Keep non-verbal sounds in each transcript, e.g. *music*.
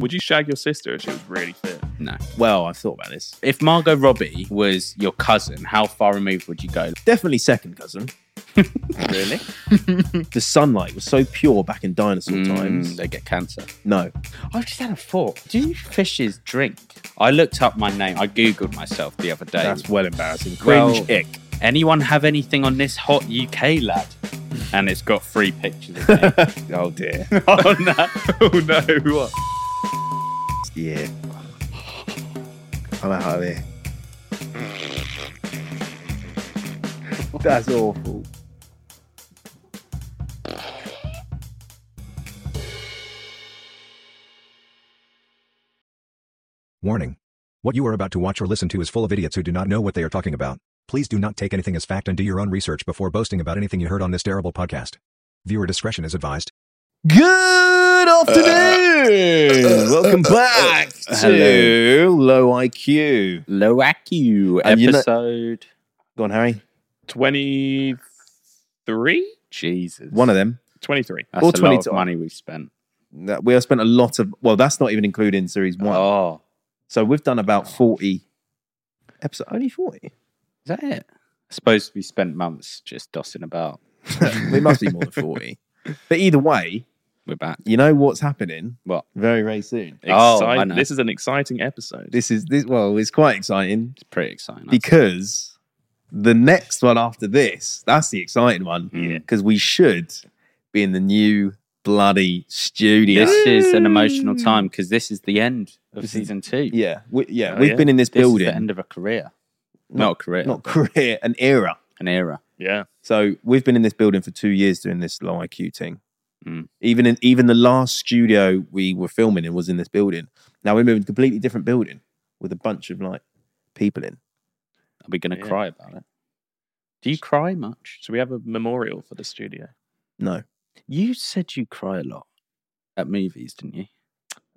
Would you shag your sister if she was really fit? No. Well, I've thought about this. If Margot Robbie was your cousin, how far removed would you go? Definitely *laughs* second cousin. Really? the sunlight was so pure back in dinosaur Sometimes times. Mm, they get cancer. No. I've just had a thought. Do fishes drink? I looked up my name. I Googled myself the other day. That's well embarrassing. Well- Cringe ick. Anyone have anything on this hot UK lad? And it's got three pictures of me. *laughs* Oh dear. *laughs* oh, no. oh no, what? *laughs* yeah. I'm out of here. That's awful. Warning. What you are about to watch or listen to is full of idiots who do not know what they are talking about. Please do not take anything as fact and do your own research before boasting about anything you heard on this terrible podcast. Viewer discretion is advised. Good afternoon. Welcome back to Low IQ. Low IQ And you know- episode. Go on, Harry. 23? Jesus. One of them. 23. That's or a lot 22. of money we spent. That- We have spent a lot of. Well, that's not even including series one. Oh. So we've done about forty. Episode only forty. Is that it? I suppose we spent months just dossing about. *laughs* we must be *laughs* more than forty. But either way, We're back. you know what's happening. What? Very very soon. Oh, I Excite- know. This is an exciting episode. This is this. Well, it's quite exciting It's pretty exciting. because the next one after this, that's the exciting one. Yeah. Because we should be in the new bloody studio. this is an emotional time because this is the end of season two. Yeah, we, yeah, Oh, we've yeah. been in this, This building, is the end of a career. Not- Not, a career. not *laughs* career, an era. an era. Yeah. So we've been in this building for two years doing this low IQ thing. Mm. Even in even the last studio we were filming in was in this building. Now we're moving to a completely different building with a bunch of like people in. Are we going to Yeah. cry about it? Do you cry much? So we have a memorial for the studio. No, You said you cry a lot at movies, didn't you?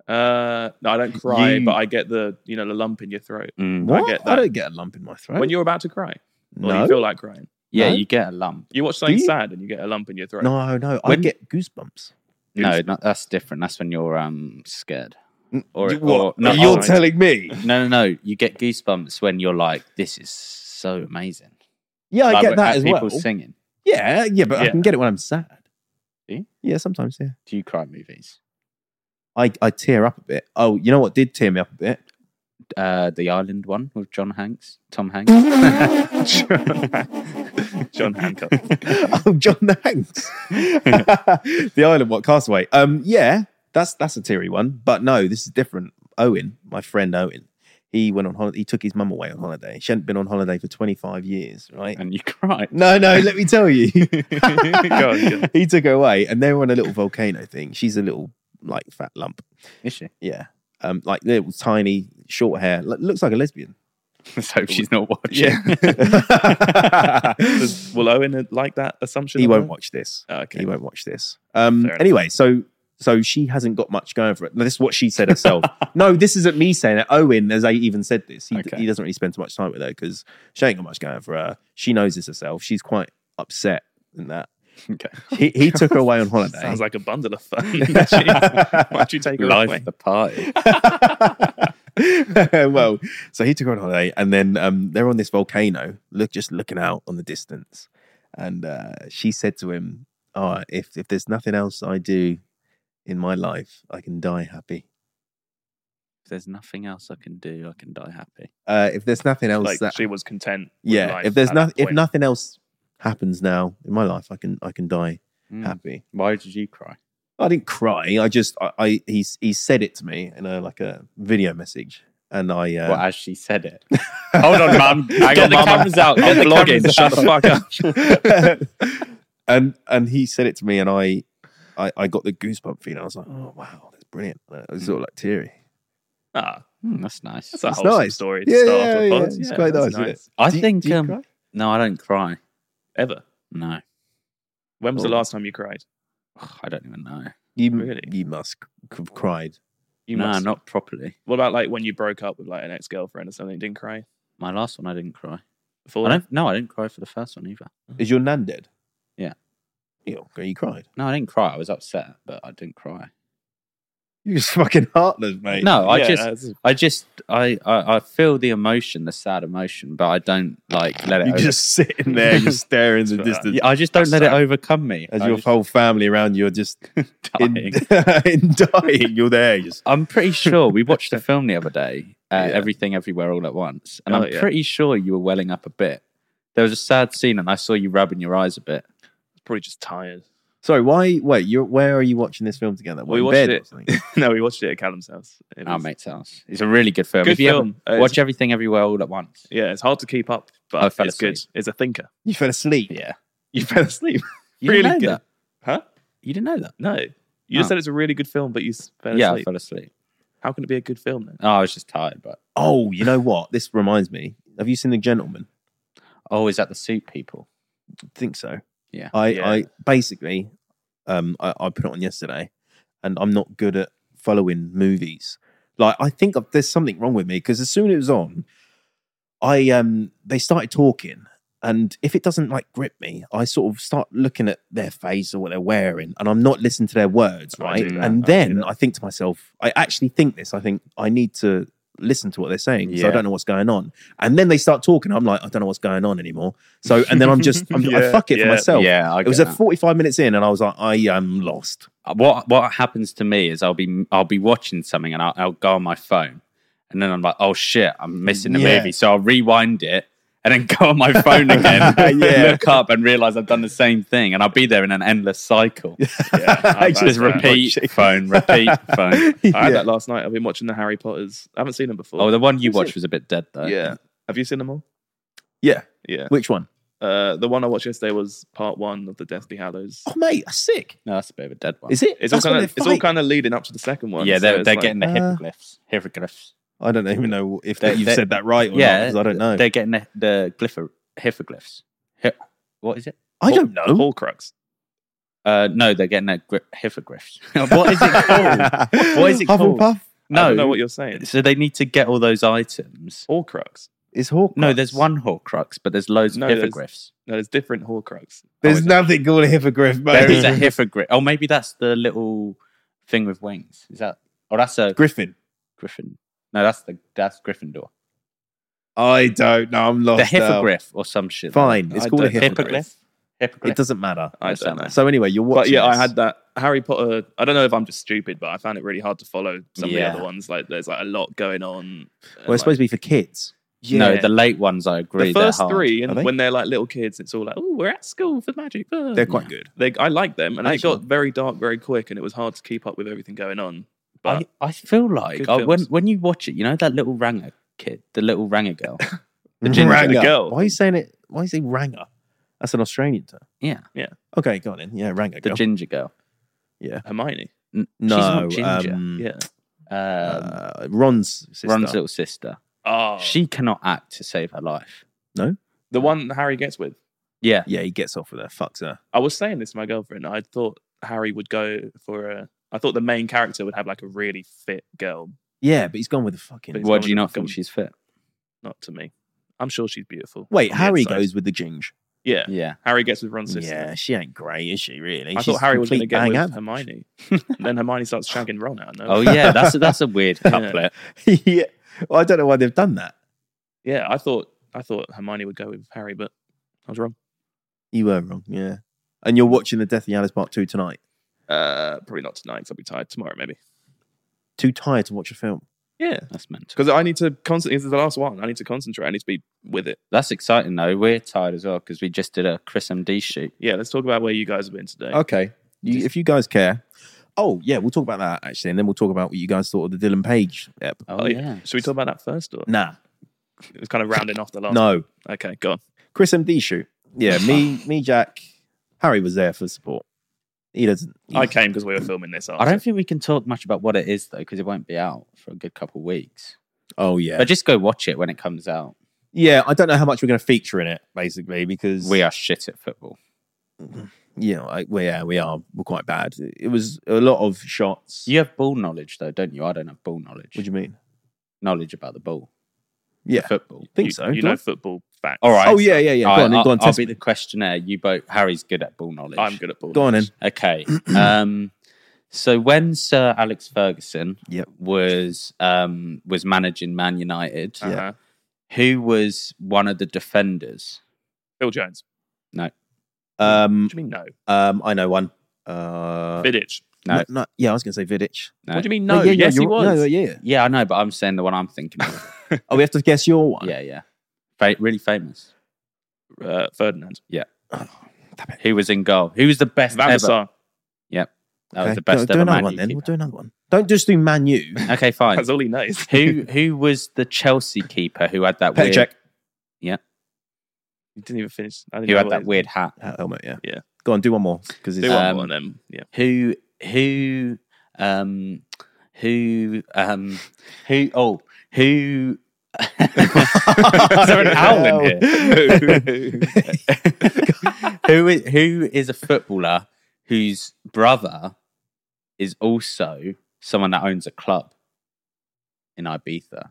Uh, no, I don't cry, You- but I get the you know the lump in your throat Mm. what? I, get that. don't get a lump in my throat. when you're about to cry or no, you feel like crying. Yeah, No? you get a lump. You watch something you? sad and you get a lump in your *laughs* throat. no, no, I When- get goosebumps. No, no, that's different. That's when you're um scared. Or, You- what? or- no, you're oh, telling me? no, no, no. You get goosebumps when you're like, "This is so amazing." Yeah, I Like, get that at as people well. Singing. yeah, yeah, but I Yeah. can get it when I'm sad. Do you? Yeah, sometimes. Yeah, Do you cry at movies? I I tear up a bit. Oh, you know what did tear me up a bit? Uh, the Island one with John Hanks, Tom *laughs* Hanks. *laughs* John Hancock. *laughs* oh, John Hanks. *laughs* the island, what castaway? Um, yeah, that's that's a teary one, but no, this is different. Owen, my friend Owen, he went on holiday. He took his mum away on holiday. She hadn't been on holiday for twenty five years, right? and you cry. No, no, let me *laughs* tell you. Go on, go on. *laughs* he took her away, and they were on a little volcano thing. She's a little like fat lump. Is she? *laughs* Yeah. Um, like little tiny short hair, Lo- looks like a lesbian. *laughs* Let's hope she's not watching. *laughs* Does- Will Owen like that assumption? he of won't mine? watch this. Oh, okay. He won't watch this. Um, Fair enough. anyway, so so she hasn't got much going for it. No, this is what she *laughs* said herself. no, this isn't me saying it. Owen, as I even said this, he, Okay. he doesn't really spend too much time with her because she ain't got much going for her. She knows this herself. She's quite upset *laughs* in that. Okay. He, he took her away on holiday. Sounds like a bundle of *laughs* fun. *laughs* Jeez. Why'd you take her Life away? of the party. *laughs* well, so he took her on holiday, and then um, they're on this volcano, look just looking out on the distance, and uh, she said to him, "Oh, if if there's nothing else I do in my life, I can die happy. *laughs* If there's nothing else I can do, I can die happy. Uh, if there's nothing else Like that, she was content. with yeah, life if there's at that nothing, if point. nothing else happens now in my life, I can I can die Hmm. Mm. happy." Why did you cry? I didn't cry. I just I, I he's he said it to me in a like a video message, and I uh, Well, as she said it. Hold *laughs* *laughs* on, mum. Hang on, the mum. cameras out. Get I'm the vlogging. cameras Shut out. the fuck up. and and he said it to me, and I, I I got the goosebump feeling. I was like, oh wow, that's brilliant. I was sort of like teary. *laughs* Ah, *laughs* Hmm, that's nice. that's a It's wholesome nice. story to Yeah, start yeah, off with. yeah, Pods. it's quite that's nice, isn't it? I Do you- think. do you um, cry? no, I don't cry. Ever. No, When was the Oh. last time you cried? Ugh, I don't even know. You really? you must c- have cried. You no, must. not properly. What about like when you broke up with like an ex girlfriend or something? Didn't cry. My last one, I didn't cry. Before I that? don't. No, I didn't cry for the first one either. Is your nan dead? Mm-hmm. Yeah. Ew, you cried. No, I didn't cry. I was upset, but I didn't cry. You're just fucking heartless, mate. No, I Yeah, just, that's- I just, I, I, I feel the emotion, the sad emotion, but I don't like let it. You're over- just sitting there, you're staring *laughs* into the distance. Yeah, I just don't let it overcome me. As I your just- whole family around you are just in, *laughs* dying. in *laughs* dying, you're there. Just, I'm pretty sure we *laughs* watched a film the other day, uh, Yeah. Everything Everywhere All at Once, and Oh, I'm yeah. pretty sure you were welling up a bit. There was a sad scene, and I saw you rubbing your eyes a bit. probably just tired. *laughs* sorry, why? Wait, you're, where are you watching this film together? What, We in watched bed it- or something? no, we watched it at Callum's house. It Our was- mate's house. It's a really good film. Good if you film. Uh, Ever it's- watch Everything Everywhere All at Once. Yeah, it's hard to keep up, I but fell it's good. asleep. It's a thinker. You fell asleep. Yeah, You fell asleep. you didn't Really know good. that. Huh? You didn't know that. No. You just Oh. said it's a really good film, but you s- fell yeah, I asleep. fell asleep. How can it be a good film then? Oh, I was just tired, but Oh, you know what? This reminds me. Have you seen The Gentleman? oh, is that the suit people? think so. Yeah. I, Yeah. I basically, um, I, I put it on yesterday, and I'm not good at following movies. Like, I think I've- there's something wrong with me because as soon as it was on, I um, they started talking, and if it doesn't like grip me, I sort of start looking at their face or what they're wearing, and I'm not listening to their words, I right? do that. And I do then that. I think to myself, I actually think this. I think I need to listen to what they're saying because I Yeah. don't know what's going on. And then they start talking. I'm like, I don't know what's going on anymore. So, and then I'm *laughs* just, I'm, I Yeah, fuck it for yeah. myself. yeah, I It was get a that. 45 minutes in, and I was like, I am *laughs* lost. what what happens to me is I'll be I'll be watching something and I'll, I'll go on my phone and then I'm like, oh shit, I'm missing the Yeah. movie, so I'll rewind it and then go on my phone again, Yeah. look up and realize I've done the same thing, and I'll be there in an endless cycle. *laughs* Yeah, I've had Just that. repeat phone, repeat phone. I had Yeah. that last night. I've been watching the Harry Potters. I haven't seen them before. Oh, the one you Was it- watched was a bit dead though. yeah. Have you seen them all? Yeah. Yeah. Which one? Uh, the one I watched yesterday was part one of the Deathly Hallows. Oh, mate, that's sick. no, that's a bit of a dead one. Is it? It's all That's when kind they of it's all fight. kind of leading up to the second one. yeah, so they're it's they're like- getting the uh, hiieroglyphs. Hieroglyphs. I don't even know if They- that you've they- said that right or Yeah, not because I don't know. They're getting the, the glyph- hieroglyphs. Hi- what is it? I don't know. Horcrux. Uh, no, they're getting the gri- hippogriffs. *laughs* what is it *laughs* called? What is it called? Hufflepuff No, I don't know No, what you're saying. so they need to get all those items. Horcrux. is Hawk. No, there's one Horcrux, but there's loads No, of there's- hippogriffs. No, there's different Oh, Horcrux. There's nothing called a hippogriff, mate. There is a hippogriff. Oh, maybe that's the little thing with wings. Is that? Oh, that's a griffin. griffin. No, that's the that's Gryffindor. I don't know. I'm uh, lost. The now. hippogriff or some shit. Fine. It's I called a don't- hippogriff. Hippogriff. Hippogriff. It doesn't matter. I Yes, don't that know. So anyway, you're But watching. yeah, I this. had that Harry Potter. I don't know if I'm just stupid, but I found it really hard to follow some of Yeah. the other ones. Like there's like a lot going on. Well, it's supposed to be for kids. No, the late ones. I agree. the they're first hard. three, and Are they? when they're like little kids, it's all like, oh, we're at school for magic. ah." They're quite good. They, I like them, and Actually- it got very dark very quick, and it was hard to keep up with everything going on. But I, I feel like Good I, when films. when you watch it, you know that little Ranga kid, the little Ranga *laughs* girl. The ginger. Ranger. The girl. Mm-hmm. Why are you saying it? Why is he Ranger? That's an Australian term. Yeah, Okay, go on in. Yeah, Ranger. the girl. ginger girl. Hermione, N- no, she's not ginger. um, yeah, um, uh, Ron's sister. Ron's little sister. oh, She cannot act to save her life. the one Harry gets with. Yeah. yeah, he gets off with her. Fucks her. I was saying this to my girlfriend. I thought Harry would go for a. I thought the main character would have like a really fit girl. Yeah, but he's gone with the fucking. But Why do you gone- not think gone- she's fit? Not to me. I'm sure she's beautiful. Wait, on the Harry inside. goes with the ginge. Yeah, Yeah. Harry gets with Ron's sister. Yeah, she ain't great, is she? Really? I She's thought Harry was going to complete get bang with average. Hermione. And then Hermione starts shagging Ron out. No? Oh yeah, that's a, that's a weird Yeah. couplet. *laughs* yeah. Well, I don't know why they've done that. yeah. I thought I thought Hermione would go with Harry, but I was wrong. You were wrong. Yeah. And you're watching the Deathly Hallows Part Two tonight. Uh, probably not tonight because I'll be tired tomorrow, maybe. Too tired to watch a film. Yeah, That's mental. because I need to concentrate. This is the last one. I need to concentrate. I need to be with it. That's exciting though. We're tired as well because we just did a Chris MD shoot. Yeah, let's talk about where you guys have been today. Okay. You, if you guys care. Oh yeah, we'll talk about that actually, and then we'll talk about what you guys thought of the Dylan Page. Yep. Oh, Oh, yeah. yeah. Should we talk about that first, or Nah. it was kind of rounding off the last? Mm. No. Okay, go on. Chris MD shoot. Yeah, *laughs* me, me, Jack, Harry was there for support. He doesn't. he- I came because we were filming this. After. I don't think we can talk much about what it is though because it won't be out for a good couple of weeks. Oh yeah, But just go watch it when it comes out. yeah. I don't know how much we're going to feature in it, basically, because We are shit at football. you know, like, well, yeah, we are. We're quite bad. It was a lot of shots. You have ball knowledge though, don't you? I don't have ball knowledge. What do you mean? knowledge about the ball, Yeah, football. think you, so. You Do I- know football facts. All right. oh yeah, yeah, yeah. Go All right, on, then, I'll, go on, I'll test be me. the questionnaire. You both. Harry's good at ball knowledge. I'm good at ball. Go on in. Okay. *clears throat* um, So when Sir Alex Ferguson Yep. was um, was managing Man United, Uh-huh. who was one of the defenders? Phil Jones. Um, What do you mean no? um, I know one. Uh, Vidic. No. no, no, yeah, I was going to say Vidic. No. What do you mean no? yeah, yeah, yes, he you're right. was. No, yeah. Yeah, I know, but I'm saying the one I'm thinking *laughs* of. Oh, we have to guess your one. yeah, yeah, Fa- really famous. Uh, Ferdinand. Who was in goal? Who was the best Van der ever? Sar. That Okay, was the best do, do ever another Man one U then. We'll keeper. do another one. Don't just do Man U. *laughs* Okay, fine. That's all he knows. who who was the Chelsea keeper who had that Petr weird Cech. He didn't even finish. I didn't who know had what that his- weird hat? Uh, Helmet, yeah. Yeah. Go on, do one more. Because They it's won Um, one of them. Yeah. Who who um who um who oh who *laughs* Is there an owl in here? *laughs* who is who is a footballer whose brother is also someone that owns a club in Ibiza?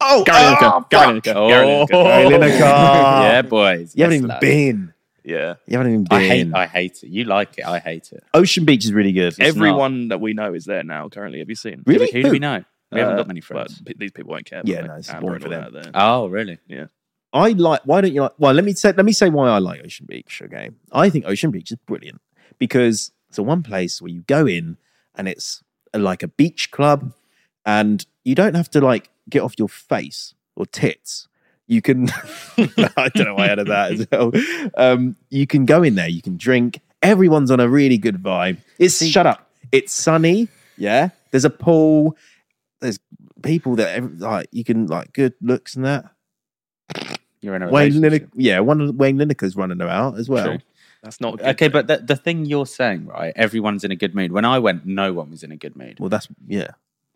Oh, Gary Lineker. Gary Lineker. Gary Oh. Lineker. Gary Lineker. *laughs* yeah, boys. You haven't Yes, even lad. been. *laughs* Yeah. You haven't even been. I hate I hate it. You like it, I hate it. Ocean Beach is really good. It's Everyone that we know is there now currently. Have you seen? Really? Who do we know? We haven't Uh, got many But friends. p- these people won't care. Yeah, about, no, it's Amber boring and for all that there. Oh, really? I like. Why don't you like? Well, let me say. Let me say why I like Ocean Beach. Okay, I think Ocean Beach is brilliant because it's the one place where you go in and it's like a beach club, and you don't have to like get off your face or tits. You can. *laughs* I don't know why I added that as well. Um, you can go in there. You can drink. Everyone's on a really good vibe. It's See- shut up. It's sunny. Yeah. There's a pool. There's people that ev- like you can like good looks and that. You're in a Wayne Lineker, relationship. yeah, one of Wayne Lineker's running about as well. True. That's not good. Okay, but the, the thing you're saying, right? Everyone's in a good mood. When I went, no one was in a good mood. Well, that's yeah,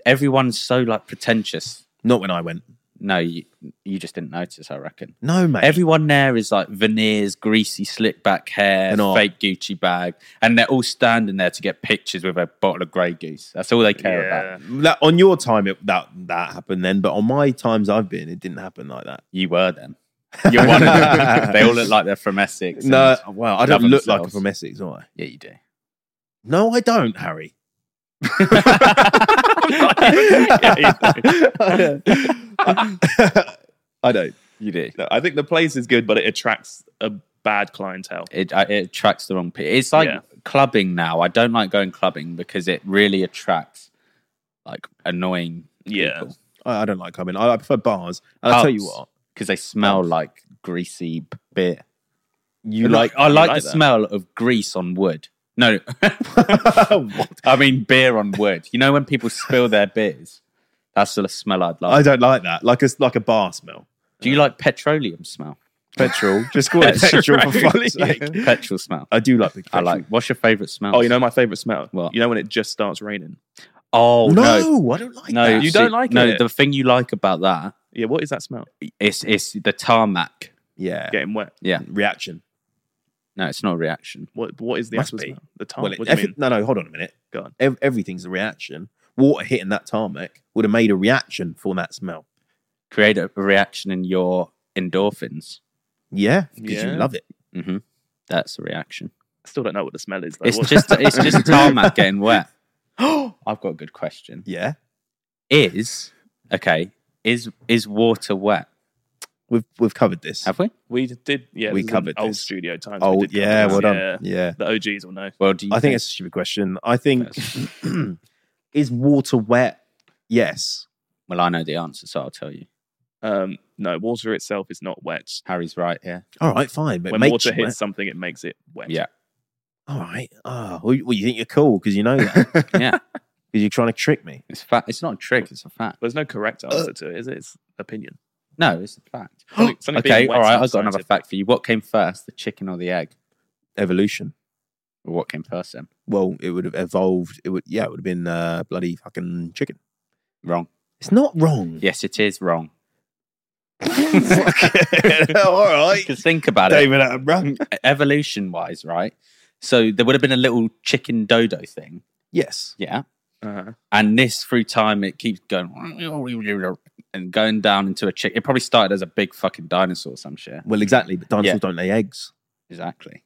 Everyone's so like pretentious. not when I went. No, you, you just didn't notice, I reckon. No, mate. Everyone there is like veneers, greasy, slick back hair, And all. fake Gucci bag, and they're all standing there to get pictures with a bottle of Grey Goose. That's all they care about. yeah. That- on your time, it, that that happened then, but on my times I've been, it didn't happen like that. You *laughs* were them. You're one of them. they all look like they're from Essex. and- no, well, I don't love look like I'm themselves. from Essex, do I? yeah, you do. No, I don't, Harry. *laughs* *laughs* I don't. You do. No, *laughs* I think the place is good, but it attracts a bad clientele. It, I- it attracts the wrong people. It's like Yeah. clubbing now. I don't like going clubbing because it really attracts like annoying Yeah. people I, I don't like clubbing. I, I prefer bars. And I'll tell you Pubs. what. because they smell like greasy b- beer. You *laughs* like I you like, like the that? smell of grease on wood. No, *laughs* I mean beer on wood. You know when people spill their beers, that's the smell I'd *laughs* I like. don't like that. Like a like a bar smell. Do you like petroleum smell? Petrol. Just *laughs* call it *laughs* petrol for fuck's sake. Petrol smell. I do like the. I like. What's your favorite smell? Oh, you know my favorite smell. What? You know when it just starts raining. Oh no, no, I don't like no, that. You don't like no, it? the thing you like about that Yeah. What is that smell? it's it's the tarmac. yeah. Getting wet. Reaction. No, it's not a reaction. What? What is the Must actual be. smell? The tar. Well, it, Oh, what do you every- mean? no, no, hold on a minute. Go on. Ev- everything's a reaction. Water hitting that tarmac would have made a reaction for that smell. Create a reaction in your endorphins. Yeah, because Yeah. you love it. hmm That's a reaction. I still don't know what the smell is. though. It's What- just *laughs* it's just tarmac getting wet. *gasps* I've got a good question. Yeah, Is okay. Is is water wet? we've we've covered this. Have we? we did. Yeah. We this is an covered old this. studio times. we oh, did cover yeah, this, well done. yeah. Yeah, The OGs will know. Well, do you I think it's a stupid question. I think *clears throat* is water wet? Yes. well, I know the answer, so I'll tell you. Um, no, water itself is not wet. Harry's right here. All right, fine. But it when makes water you hits wet. something, it makes it wet. Yeah. All right. Oh, well, you well, you think you're cool because you know that *laughs* because Yeah, you're trying to trick me. it's fact. It's not a trick. It's a fact. There's no correct answer to it, is it? It's opinion. No, it's a fact. Something- something being Uh, *gasps* okay, wet all right. is I've got another scientific. fact for you. What came first, the chicken or the egg? Evolution. Or what came first? Then Well, it would have evolved. It would, yeah, it would have been uh, bloody fucking chicken. wrong. It's not wrong. Yes, it is wrong. *laughs* All right, Because think about it. David Attenborough. evolution wise, right? So there would have been a little chicken dodo thing. Yes, Yeah. Uh-huh. And this through time it keeps going and going down into a chick. It probably started as a big fucking dinosaur, or some shit. well, exactly. But dinosaurs Yeah. don't lay eggs. Exactly.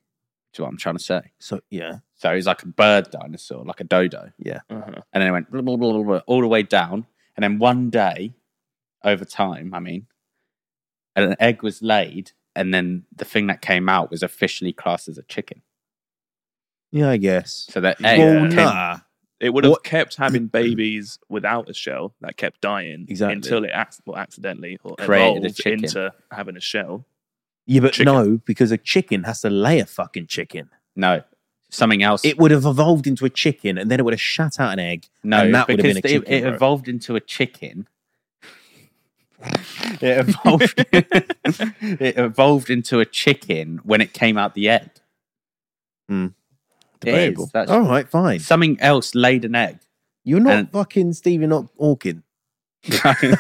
is what I'm trying to say. So yeah, So he's like a bird dinosaur, like a dodo. Uh-huh. And then it went blah, blah, blah, blah, blah, all the way down. And then one day, over time, I mean, an egg was laid. And then the thing that came out was officially classed as a chicken. yeah, I guess. So that egg well, came- nah. It would have What- *clears throat* kept having babies without a shell that kept dying Exactly. until it ac- well, accidentally or Created a evolved chicken. into having a *laughs* shell. Yeah, but Chicken. no, because a chicken has to lay a fucking chicken. no, something else. It would have evolved into a chicken, and then it would have shut out an egg. no, and that would've because been a it- chicken, it, bro. evolved into a chicken. it evolved. *laughs* it evolved into a chicken when it came out the egg. It is, Debatable. Oh. that's- All right, fine. Something else laid an egg. *laughs* You're not And- fucking Stephen Hawk- *laughs* Hawking. *laughs* Famous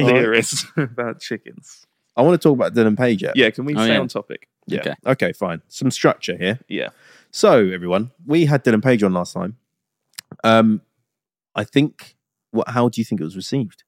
All right. theorists *laughs* about chickens. I want to talk about Dylan Page. yet. Yeah, can we Oh, stay yeah. on topic? Yeah. Okay. Okay. fine. Some structure here. Yeah. So, everyone, we had Dylan Page on last time. Um, I think. What? How do you think it was received?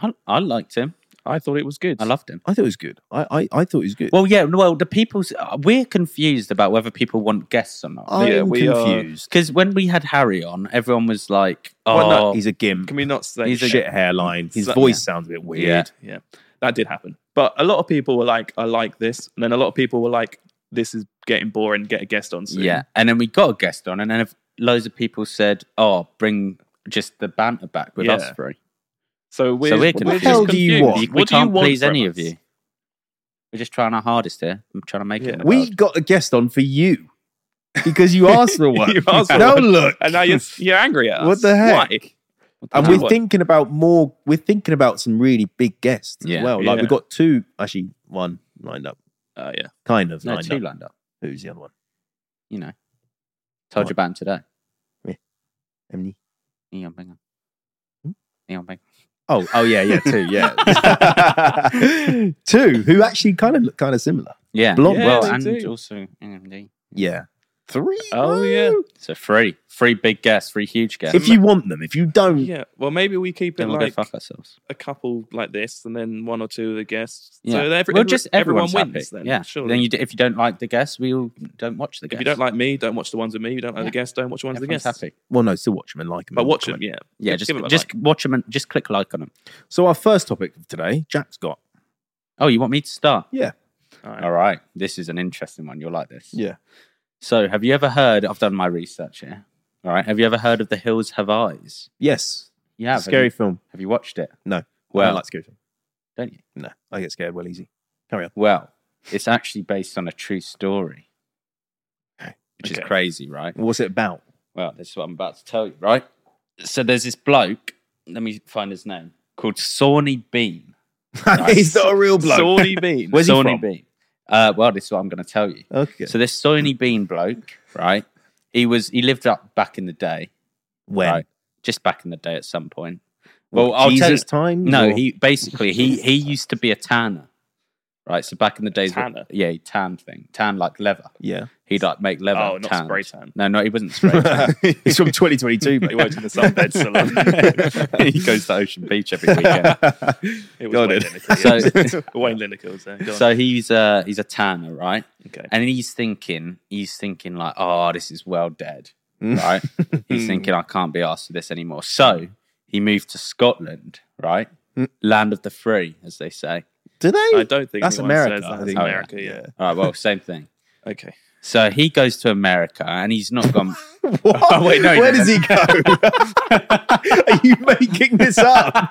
I, I liked him. I thought it was good. I loved him. I thought it was good. I I, I thought it was good. Well, yeah. Well, the people's uh, we're confused about whether people want guests or not. I'm yeah, we are- confused. Because when we had Harry on, everyone was like, "Oh, Well, no, He's a gimp. Can we not say He's a- Shit hairline. His So- voice sounds a bit weird. yeah." Yeah, that did happen. But a lot of people were like, I like this. And then a lot of people were like, this is getting boring, get a guest on soon. Yeah." And then we got a guest on, and then if loads of people said, "Oh, bring just the banter back with Yeah. us three. So we're, so we're we're confused. just hell do you confused. want? We, we What do you can't want please from any us? of you. We're just trying our hardest here. I'm trying to make Yeah. it. We got a guest on for you *laughs* because you asked for one. You asked for now one. look, And now *laughs* you're, you're angry at us. What the heck? Why? and *laughs* Now we're what? thinking about more. We're thinking about some really big guests Yeah. as well. Like Yeah. we've got two, actually, one lined up, Oh, yeah. kind of no lined two up. lined up. Who's the other one? You know, told What? you about him today. Emily. Neon Bingham. Hmm? Neon Bingham. Oh, oh yeah, yeah, *laughs* two, yeah, two who actually kind of look kind of similar. Yeah. Blonde. Yeah, well, they and do. also NMD. Yeah, three. Oh, woo! yeah. So three, three big guests, three huge guests. If you want them, if you don't, Yeah. Well, maybe we keep it then we'll like go fuck ourselves. a couple like this and then one or two of the guests. Yeah. So every, well, every- just everyone everyone's wins happy. then. Yeah. Surely. Then you, d- if you don't like the guests, we all don't watch the if guests. you don't like me, don't watch the ones with me. You don't like Yeah. the guests, don't watch the ones with the Everyone's guests. happy. well, no, still watch them and like them. But and watch them, comment. yeah. Yeah. Give- Just give it a just like. watch them and just click like on them. So our first topic of today, Jack's got. Oh, you want me to start? All right. All right. This is an interesting one. You'll like this. Yeah. So, have you ever heard? I've done my research here. All right. Have you ever heard of The Hills Have Eyes? Yes, You have. scary Have you, film. have you watched it? No. I Well, don't like scary film. don't you? No, I get scared well easy. Well, it's actually based on a true story, which Okay. is crazy, right? What's it about? *laughs* Well, this is what I'm about to tell you, right? So there's this bloke, let me find his name, called Sawney Bean. He's not a real bloke. Sawney Bean. Where's he Sawney from? Bean. Uh, well, this is what I'm going to tell you. okay. So this Sawney Bean bloke, right? He was he lived up back in the day, when? right? Just back in the day at some point. Well, Well, I'll tell Jesus you- time. No, he basically he he used to be a tanner, right? So back in the days, Tanner? yeah, he tanned thing, tan like leather. *laughs* Yeah. He'd like make leather. Oh, not tanned. spray tan. No, no, he wasn't spray tan. *laughs* *laughs* He's from 2022, He but worked in *laughs* the sunbed salon. he goes to Ocean Beach every weekend. It was Got Wayne it. *laughs* Lineker. So, *laughs* Wayne Lineker was there. Go on. so he's uh he's a tanner, right? okay. And he's thinking, he's thinking like, oh, this is well dead, Mm. right? *laughs* he's thinking I can't be asked for this anymore. So he moved to Scotland, right? Mm. Land of the free, as they say. Do I they? don't think That's anyone America. Says that. I That's think. America. Yeah. All right, *laughs* well, same thing. Okay. *laughs* So he goes to America, and he's *laughs* not gone. *laughs* *laughs* What? Oh, wait, no, he Where does he didn't. go? *laughs* Are you making this *laughs* up?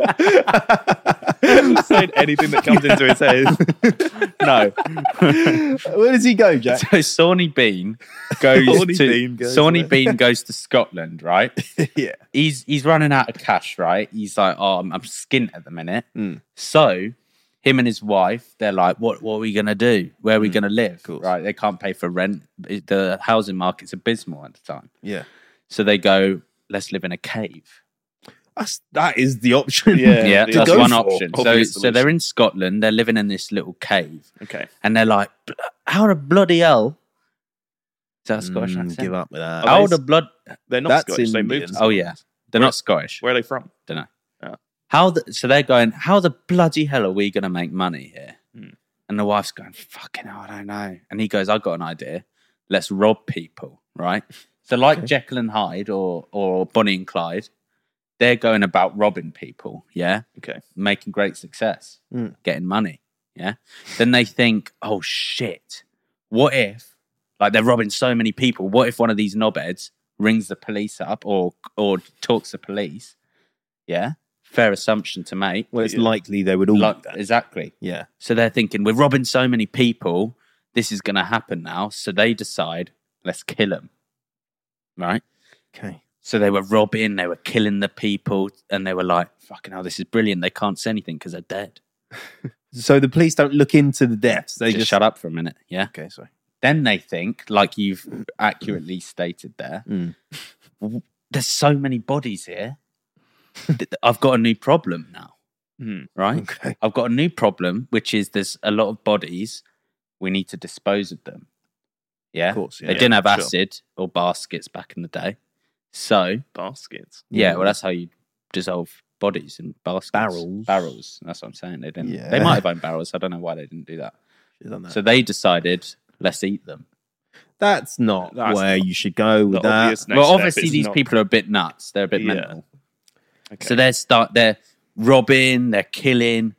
saying anything that comes into his head. no, Where does he go, Jack? So Sawney Bean goes Sawney to Bean goes Sawney where? Bean goes to Scotland, *laughs* right? Yeah. He's he's running out of cash, right? He's like, oh, I'm, I'm skint at the minute. Mm. So him and his wife, they're like, what what are we gonna do? Where are we gonna live? Hmm. course. Right? They can't pay for rent. It- The housing market's abysmal at the time. Yeah. So they go, let's live in a cave. That's, that is the option. Yeah. *laughs* Yeah, the that's go one for option. So obvious so they're in Scotland. They're living in this little cave, *laughs* Okay. and they're like, "Bl- how the bloody hell? Is that a Scottish Mm, accent? give up with that. Are How they the blood? They're not That's Scottish. They moved. Indian. To Oh yeah, they're not Scottish. Where are they from? Dunno. Oh. How the, so they're going? How the bloody hell are we going to make money here? Hmm. And And the wife's going, fucking hell, I don't know. And he goes, I got an idea. Let's rob people, right? So like Okay. Jekyll and Hyde or or Bonnie and Clyde, they're going about robbing people, yeah? Okay. Making great success, Mm. getting money. Yeah. Then they think, oh shit, what if like they're robbing so many people? What if one of these knobheads rings the police up or or talks to police? Yeah. Fair assumption to make. Well, it's Yeah. likely they would all Like, do that. exactly. Yeah. So they're thinking, we're robbing so many people, this is going to happen now. So they decide, let's kill them. Right? Okay. So they were robbing, they were killing the people, and they were like, fucking hell, this is brilliant. They can't say anything because they're dead. So the police don't look into the deaths. They They just, just, shut up for a minute. Yeah. Okay, sorry. Then they think, like you've accurately stated there, Mm. "W- there's so many bodies here. Th- I've got a new problem now. Hmm. *laughs* Right? Okay. I've got a new problem, which is there's a lot of bodies. We need to dispose of them. Yeah. Of course. They Yeah. Yeah, didn't have sure. acid or baskets back in the day. So, Baskets. yeah, Mm. well, that's how you dissolve bodies in baskets. Barrels. Barrels. That's what I'm saying. They didn't. Yeah. They might *laughs* have owned barrels. I don't know why they didn't do that. She's done that. So they decided, let's eat them. that's not That's where you should go The with that. obvious next well, step obviously, is these not- people are a bit nuts. They're a bit Yeah. mental. Okay. So they're start. They're robbing. They're killing.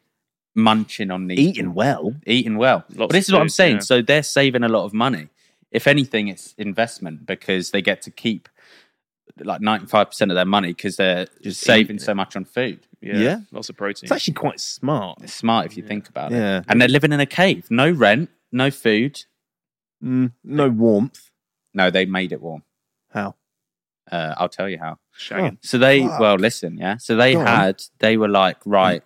Munching on these Eating well. eating well. Lots but this of is what I'm food, saying. yeah. So they're saving a lot of money. If anything, it's investment because they get to keep like 95% of their money because they're Just saving eating so much on food. yeah, Yeah. lots of protein. It's actually quite smart. It's smart if you think about it. Yeah. And they're living in a cave, no rent, no food. Mm, no warmth. No, they made it warm. How? Uh, I'll tell you how. Shagging. So they, Fuck. well, listen, yeah. So they Go on. Mm, had, they were like, right,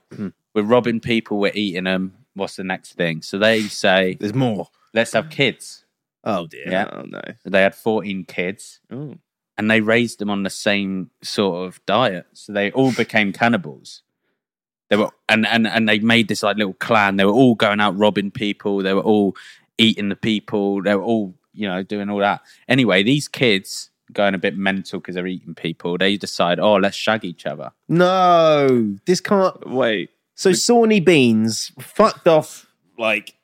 we're robbing people, we're eating them. What's the next thing? So they say, There's more. let's have kids. Oh dear. Yeah. Oh no. They had 14 kids. Oh. and they raised them on the same sort of diet. So they all became cannibals. They were and, and, and they made this like little clan. They were all going out robbing people. They were all eating the people. They were all, you know, doing all that. Anyway, these kids going a bit mental because they're eating people, they decide, oh, let's shag each other. No. This can't. Wait. So Sawney Beans fucked off like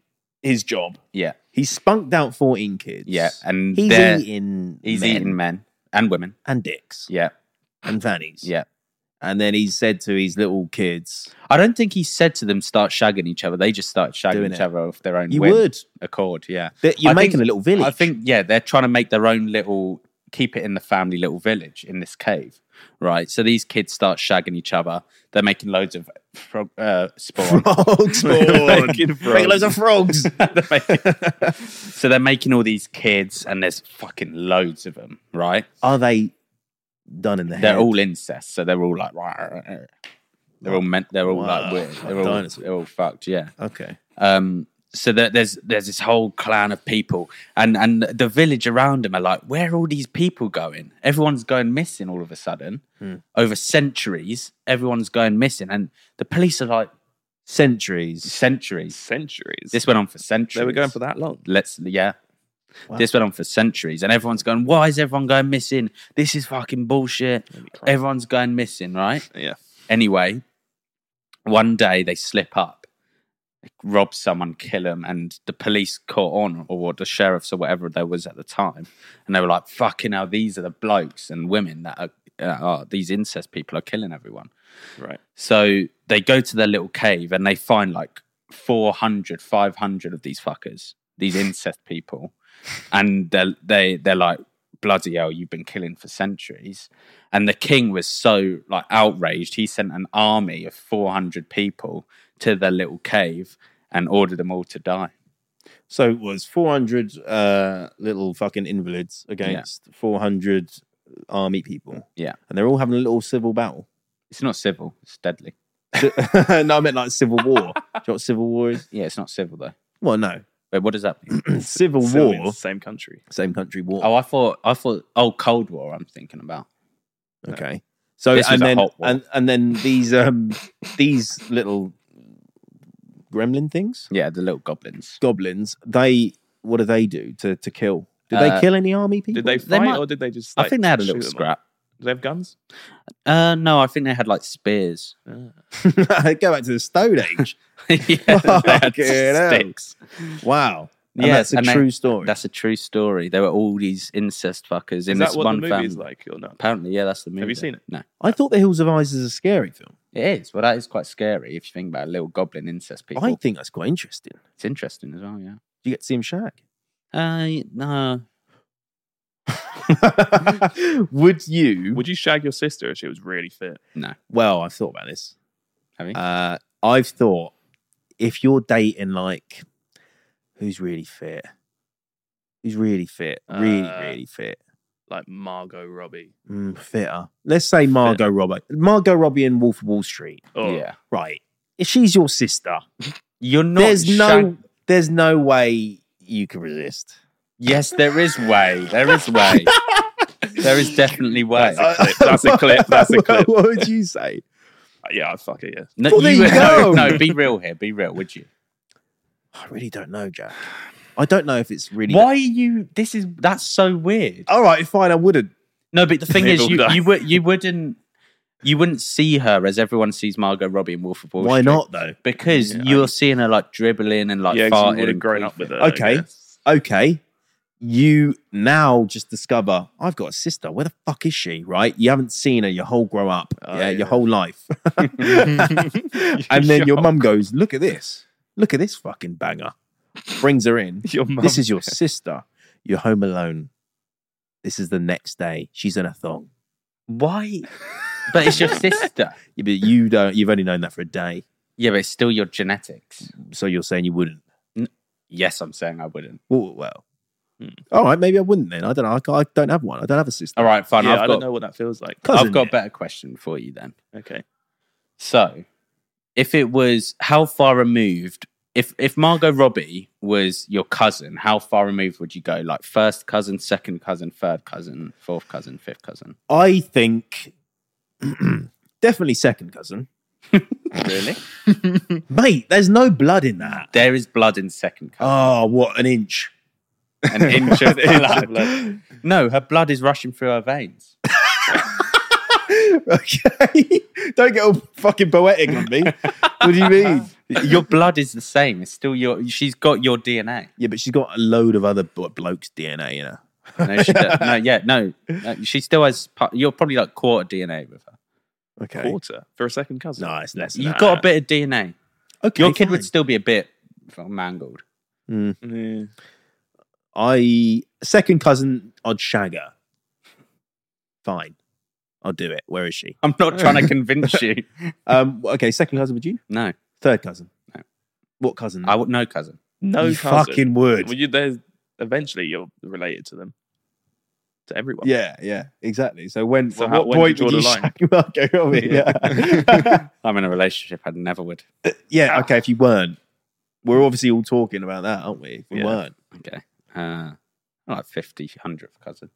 his job. Yeah. He spunked out 14 kids. Yeah. And He's they're- eating he's men eating men and women. and dicks Yeah. and fannies. Yeah. And then he said to his little kids, I don't think he said to them start shagging each other. They just started shagging Doing each it. other of their own You whim, would. accord. Yeah. That you're I making think- a little village. I think yeah, they're trying to make their own little keep it in the family little village in this cave, right? So these kids start shagging each other. They're making loads of frog, uh, *laughs* *laughs* spawn. frogs. Frog. Making loads of frogs. *laughs* They're making- so they're making all these kids, and there's fucking loads of them, right? Are they done in the head? They're all incest, so they're all like, they're all meant, they're all like, Wow. weird. They're all, Dinosaur. they're all fucked, yeah. okay. Um, so there, there's there's this whole clan of people, and and the village around him are like, where are all these people going? Everyone's going missing all of a sudden. Hmm. Over centuries, everyone's going missing, and the police are like, Centuries. centuries. Centuries. This went on for centuries. they were going for that long. Let's yeah. This went on for centuries, and everyone's going, why is everyone going missing? This is fucking bullshit. Everyone's going missing, right? Yeah. Anyway, one day they slip up, rob someone, kill him, and the police caught on, or the sheriffs, or whatever there was at the time, and they were like, "Fucking hell, these are the blokes and women that are, uh, are these incest people are killing everyone." Right. So they go to their little cave and they find like 400, 500 of these fuckers, these incest people. And they're, they, they're like, bloody hell, you've been killing for centuries. And the king was so like outraged. He sent an army of 400 people to their little cave and ordered them all to die. So it was 400 uh, little fucking invalids against 400 army people. Yeah. And they're all having a little civil battle. It's not civil, it's deadly. *laughs* no, I meant like civil war. Do you know what civil war is? Yeah, it's not civil though. Well, no. *clears throat* Wait, what does that mean? civil Still in war, the same country. same country war. *clears throat* oh, I thought, I thought, oh, Cold War, I'm thinking about. Okay. So This was and a then hot one. and and then these um these little gremlin things, Yeah, the little goblins. goblins. They what do they do to to kill? Did they Uh, kill any army people? Did they They fight *laughs* might- or did they just? I like, think they had a shoot little them up? scrap. Do they have guns? Uh, no, I think they had like spears. *laughs* Ah. Go back to the Stone Age. yeah, *laughs* they *laughs* had *laughs* Fucking hell. sticks. Wow. And Yeah, that's a and they- true story. That's a true story. There were all these incest fuckers in Is this that what one the movie family. is like or not? Apparently, yeah, that's the movie. you seen it? No, I thought The Hills of Eyes is a scary film. it is. Well, that is quite scary if you think about little goblin incest people. I think that's quite interesting. It's interesting as well. Yeah. Do you get to see him shag? *laughs* Uh, no, would you? Would you shag your sister if she was really fit? well, I've thought about this. Have you? Uh, I've thought if you're dating like who's really fit, who's really fit, really Uh, really fit, Like Margot Robbie. mm, fitter. Let's say Margot Robbie, Margot Robbie in Wolf of Wall Street, Or yeah. right? If she's your sister, You're not. there's shag- no there's no way you can resist. Yes, there is way. There is *laughs* way. there is definitely way. That's a clip, that's a clip, that's *laughs* a clip. what would you say? Yeah, I'd fuck it, yeah. No, Well, there you *laughs* no, go. no, be real here. Be real, would you? I really don't know, Jack. I don't know if it's really. Why are you? This is that's so weird. All right, fine. I wouldn't. No, but the thing They've is, all you, done. you would you wouldn't you wouldn't see her as everyone sees Margot Robbie in Wolf of Wall Why Street. not though? Because Yeah, I- you're seeing her like dribbling and like yeah, 'cause farting. you would have and grown up pooping. with her. Okay. Okay, you now just discover I've got a sister. Where the fuck is she? Right? You haven't seen her your whole grow up, Oh, yeah, yeah. your whole *laughs* life. *laughs* and then your mum goes, "Look at this! Look at this fucking banger!" Brings her in. Your *laughs* mum. This is *laughs* your sister. You're home alone. This is the next day. She's in a thong. Why? *laughs* But it's your sister. Yeah, But you don't. You've only known that for a day, Yeah, but it's still your genetics. so you're saying you wouldn't. Yes, I'm saying I wouldn't. Well, well. Hmm. all right. Maybe I wouldn't then. I don't know. I, can't- I don't have one. I don't have a sister. All right, fine. yeah, I've I got don't know what that feels like. Cousin, I've got yeah. a better question for you then. Okay. *laughs* So, if it was how far removed, if if Margot Robbie was your cousin, how far removed would you go? Like first cousin, second cousin, third cousin, fourth cousin, fifth cousin? I think *clears throat* definitely second *laughs* cousin. Really? Mate, there's no blood in that. there is blood in second cousin. Oh, what an inch. *laughs* an inch An of inch of blood. blood. No, her blood is rushing through her veins. okay. Don't get all fucking poetic on me. What do you *laughs* mean? Your blood is the same. It's still your. She's got your DNA. Yeah, but she's got a load of other blo- blokes' DNA in her. No, she *laughs* does, no, yeah, no, no. She still has. part- You're probably like quarter DNA with her. Okay. Quarter for a second cousin. No, it's less. than You've that. got a bit of DNA. Okay, Your kid fine. would still be a bit mangled. Yeah. I second cousin, I'd shag her. Fine. I'll do it. Where is she? I'm *laughs* not trying to convince you. Um, okay, second cousin would you? No, Third cousin. No. What cousin? I would *laughs* no cousin. No you cousin. fucking would. Well, you there's eventually you're related to them, to everyone. Yeah, yeah, exactly. So when So at how- what when point do you would draw you the line? shag *laughs* Marco Robbie? Yeah. I'm in a relationship. I never would. yeah, okay, if you weren't. We're obviously all talking about that, aren't we? If we Yeah. weren't. Okay, uh, like 50, 100 cousin.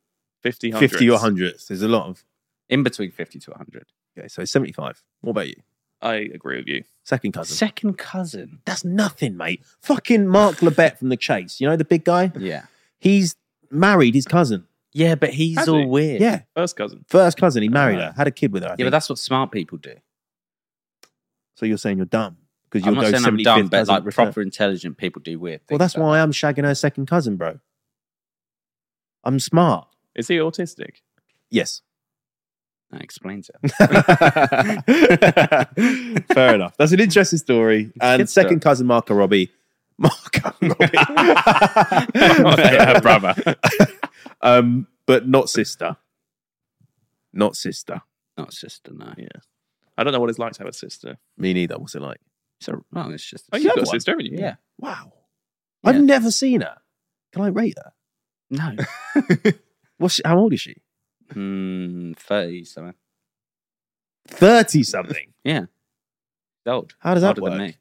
50, 50 or hundreds. hundredths. There's a lot of. In between fifty to hundred. Okay, so 75. What about you? I agree with you. Second cousin. Second cousin. That's nothing, mate. Fucking Mark Lebet from The Chase. You know the big guy? Yeah. He's married his cousin. Yeah, but he's Has all he? weird. Yeah. First cousin. First cousin. He married Ah. her, had a kid with her. I Yeah, think. but that's what smart people do. so you're saying you're dumb because I'm you'll not go saying I'm 75th dumb, but cousin like return. proper intelligent people do weird things. Well, that's like why I'm shagging her second cousin, bro. I'm smart. Is he autistic? *laughs* Yes. that. that explains it. Fair enough. That's an interesting story. And Good second cousin Marco Robbie. *laughs* Marco *laughs* Her Robbie. brother. *laughs* um, but not sister. Not sister. Not sister, no. I don't know what it's like to have a sister. Me neither. What's it like? So well, it's just Oh, You you've got have a one? sister, haven't you? yeah. Wow. Yeah. I've never seen her. Can I rate her? No. What's she, how old is she? Hmm, thirty something. 30 something. She's Old. How does that Older than work? me.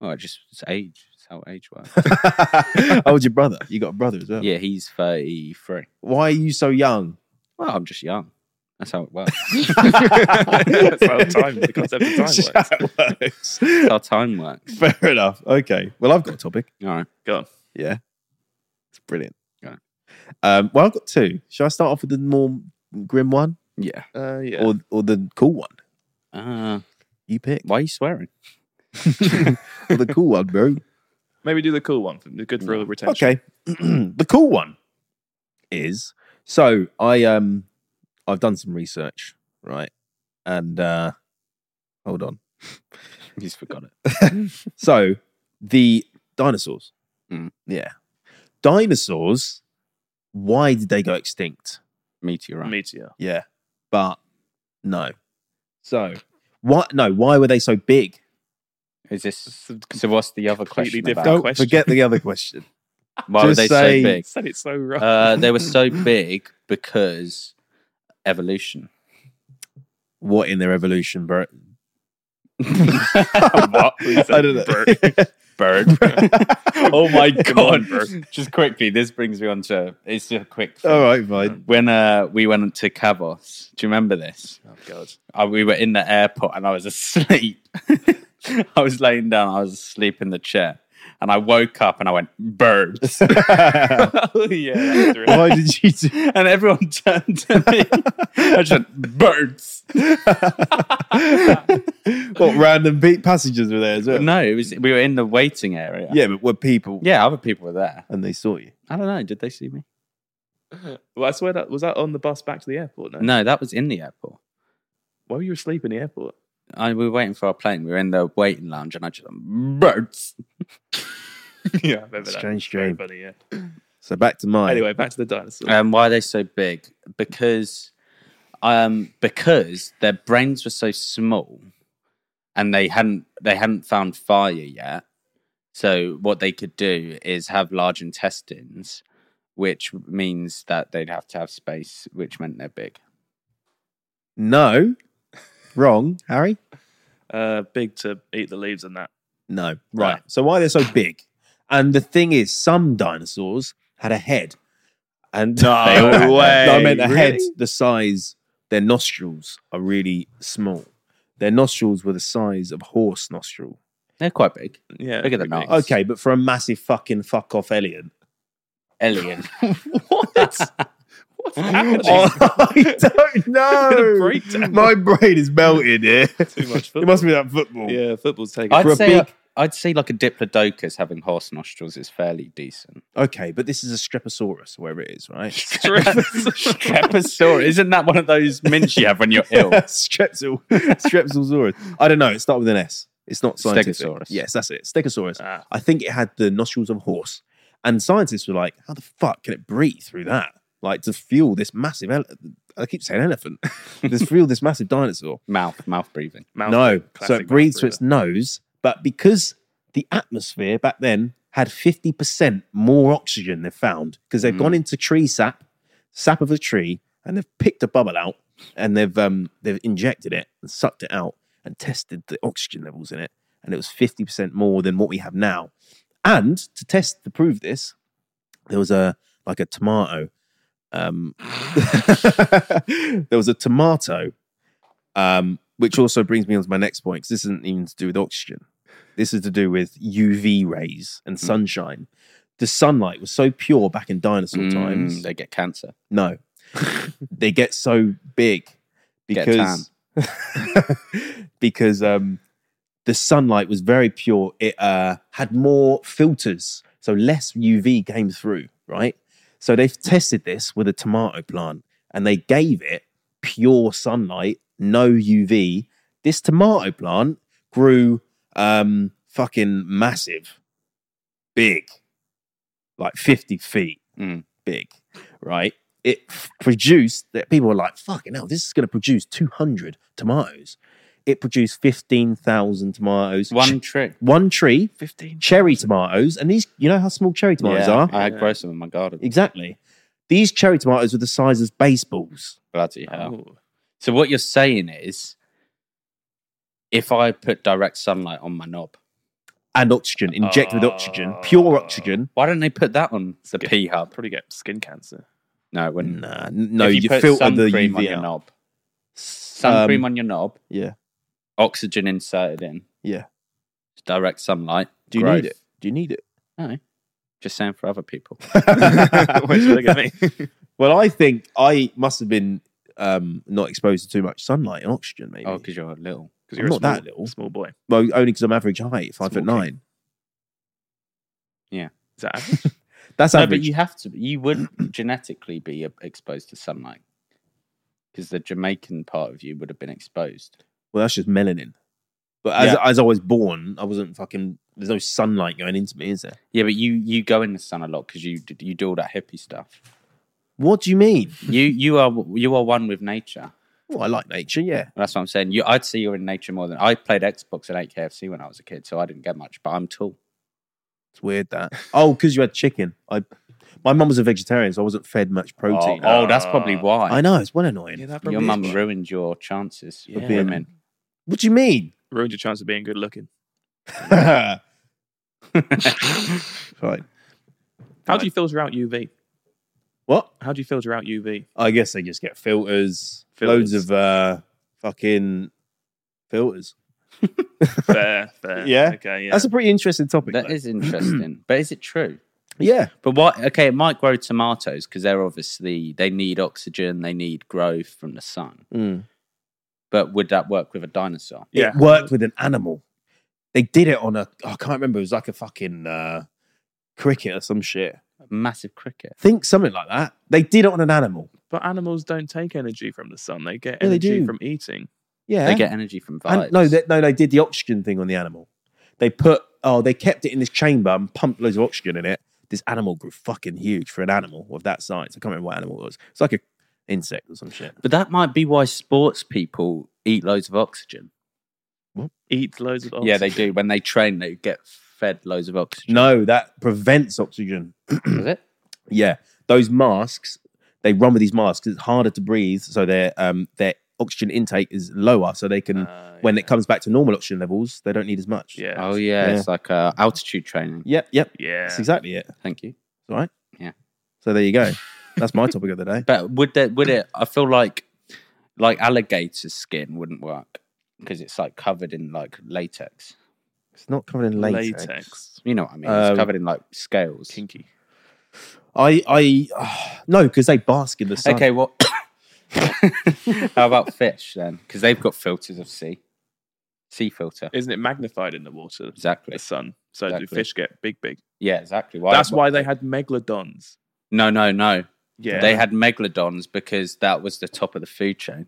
Well, it just it's age. It's how age works. *laughs* how old's your brother? You got a brother as well. yeah, he's thirty three. Why are you *laughs* so young? *laughs* Well, I'm just young. That's how it works. That's how time- the concept of time That's works. how it works. That's how time works. Fair enough. Okay. Well, I've got a topic. All right. It's brilliant. Go on. Um, well, I've got two. Shall I start off with the more grim one? Yeah. *laughs* Uh, yeah. or or the cool one? Uh, You pick why are you swearing? Or the cool *laughs* one, bro. Maybe do the cool one. For, good for retention. Okay, *clears throat* the cool one is so I um I've done some research, right? And uh hold on. He's forgot it. So the dinosaurs. Mm. Yeah. Dinosaurs, why did they go extinct? Meteorite. Meteor. Yeah. But no. So what no, why were they so big? Is It's this? a So what's the other completely question? different About? question. forget the other question. Why were Just they say- so *laughs* big? Said it *laughs* so wrong. Uh, they were so big because evolution. what in their evolution, bro? what? I don't know. Bird. oh *laughs* my Come on, god! just quickly, this brings me on to it's just a quick. *laughs* thing. All right, *laughs* fine. When uh, we went to Cavos, do you remember this? *laughs* oh *laughs* god. *laughs* Uh, we were in the airport and I was asleep. *laughs* I was laying down. I was asleep in the chair, and I woke up and I went *laughs* birds. oh yeah. that was really- Why did you do *laughs* and everyone *laughs* turned to me. I just went, birds. what random pe- passengers were there as well? No, it was we were in the waiting area. Yeah, but were people yeah. Other people were there. and they saw you. I don't know. Did they see me? Well, I swear that was that on the bus back to the airport. No. No, that was in the airport. Why were you asleep in the *laughs* airport? I, we were waiting for our plane. We were in the waiting lounge, and I just went, birds. yeah, I remember that. Strange Very dream. Uh, funny. Yeah. So back to mine. Anyway, back to the dinosaur. Um, why are they so big? Because, um, because their brains were so small, and they hadn't they hadn't found fire yet. So what they could do is have large intestines, which means that they'd have to have space, which meant they're big. No. Wrong, Harry? uh, big to eat the leaves and that. No. Right. So why they're so big? And the thing is, some dinosaurs had a head. And No *laughs* They all *laughs* had- way. *laughs* No, I meant the Really? head, the size, their nostrils are really small. Their nostrils were the size of horse nostril. They're quite big. Yeah. Look at pretty that big. mouth. Okay, but for a massive fucking fuck *laughs* off alien. *laughs* Alien. what? What's happening? Oh, *laughs* I don't Gonna know. break down. My brain is melted here. Too much *laughs* It football. must be that football. yeah, football's taking. *laughs* I'd For *laughs* a say big- a- I'd say like a diplodocus having horse nostrils is fairly decent. Okay, but this is a Streposaurus, wherever it is, right? *laughs* Streposaurus, isn't that one of those mints you have when you're *laughs* *laughs* ill? Strepsil. Strepsilsaurus. I don't know. It started with an S. It's not scientific. Stegosaurus. Yes, that's it. Stegosaurus. Ah. I think it had the nostrils of a horse. And scientists were like, how the fuck can it breathe through that? Like to fuel this massive, ele- I keep saying elephant, *laughs* to fuel this massive dinosaur. Mouth, mouth breathing. Mouth- no. So classic it breathes mouth through its nose. But because the atmosphere back then had 50% more oxygen they found because they've Mm. gone into tree sap, sap of a tree, and they've picked a bubble out and they've um, they've injected it and sucked it out and tested the oxygen levels in it. And it was 50% more than what we have now. And to test to prove this, there was a like a tomato. Um, *laughs* there was a tomato, um, which also brings me on to my next point because this isn't even to do with oxygen. This is to do with UV rays and sunshine. The sunlight was so pure back in dinosaur Sometimes times. they get cancer. No, they get so big Get because *laughs* because um, the sunlight was very pure. It uh, had more filters, so less UV came through. Right, so they've tested this with a tomato plant, and they gave it pure sunlight, no UV. This tomato plant grew um, fucking massive, big, like fifty feet Mm. big, right? It f- produced that people were like, "Fucking hell, this is going to produce two hundred tomatoes." It produced fifteen thousand tomatoes. One tree. one tree, Fifteen. cherry tomatoes, and these, you know how small cherry tomatoes Yeah, are. I had Yeah. grow some in my garden. Exactly. These cherry tomatoes were the size of baseballs. Bloody hell. *laughs* Oh. So what you're saying is, if I put direct sunlight on my knob, And oxygen, injected with oxygen, pure Oh. oxygen. why don't they put that on the P I'd hub? probably get skin *laughs* cancer. *laughs* No, it wouldn't. Nah, n- no, If you, put filter the sun cream on UV your out. knob. Sun Um, cream on your knob. yeah. Oxygen inserted in. Yeah. Direct sunlight. Do you growth. need it? Do you need *laughs* it? *laughs* Just saying for other people. *laughs* Why do you look at me? Well, I think I must have been um, not exposed to too much sunlight and oxygen, maybe. Oh, because you're little. Because I'm you're a not small, that little. small boy. well, only because I'm average height, five foot Small kid. nine. Is that average? *laughs* That's No, but average. you have to. You would *clears throat* genetically be uh, exposed to sunlight because the Jamaican part of you would have been exposed. well, that's just melanin. But as, as I was born, I wasn't fucking. There's no sunlight going into me, is there? Yeah, but you you go in the sun a lot because you d- you do all that hippie *laughs* stuff. What do you mean? You you are you are one with nature. Well, I like nature, yeah. That's what I'm saying. You, I'd say you're in nature more than I played Xbox and 8KFC when I was a kid, so I didn't get much. But I'm tall. It's weird *laughs* that. Oh, because you had chicken. I, my mum was a vegetarian, so I wasn't fed much protein. Oh, oh, that's probably Ah. why. I know it's well annoying. yeah, that probably Your is mum why. ruined your chances with Yeah. women. What do you mean? ruined your chance of being good looking. right. *laughs* How Right. do you filter out UV? What? How do you filter out UV? I guess they just get filters, Filters. loads of uh, fucking filters. *laughs* Fair, fair. Yeah. Okay. Yeah. That's a pretty interesting topic. That though. *clears throat* is interesting. but is it true? yeah. But what? Okay, it might grow tomatoes because they're obviously they need oxygen, they need growth from the sun. But would that work with a dinosaur? yeah. Mm. It worked with an animal. They did it on a. oh, I can't remember. It was like a fucking uh, cricket or some shit. Massive cricket. Think something like that. They did it on an animal. But animals don't take energy from the sun. They get Yeah, they energy do. from eating. Yeah. They get energy from vibes. And, no, they, no, they did the oxygen thing on the animal. They put, oh, they kept it in this chamber and pumped loads of oxygen in it. This animal grew fucking huge for an animal of that size. I can't remember what animal it was. It's like a insect or some shit. but that might be why sports people eat loads of oxygen. Eat loads of. Yeah, they oxygen. do. When they train, they get fed loads of oxygen. No, that prevents oxygen. *clears throat* Is it? Yeah, those masks. They run with these masks. 'cause It's harder to breathe, so their um their oxygen intake is lower. So they can, Uh, when yeah. it comes back to normal oxygen levels, they don't need as much. Yeah. Oh yeah, Yeah. it's like uh, altitude training. Yep. Yep. Yeah. That's exactly it. Thank you. All right. Yeah. So there *laughs* you go. That's my topic of the day. But would that? Would it? I feel like like alligator's skin wouldn't work because it's like covered in like latex. It's not covered in latex. Latex. You know what I mean? Um, it's covered in like scales. Kinky. I, I, *sighs* ah, no, because they bask in the sun. Okay, well, *coughs* how about fish then? Because they've got filters of sea, sea filter. Isn't it magnified in the water? Exactly. The sun. So do Exactly. fish get big, big? Yeah, exactly. Why, That's why they had megalodons. No, no, no. Yeah. They had megalodons because that was the top of the food chain.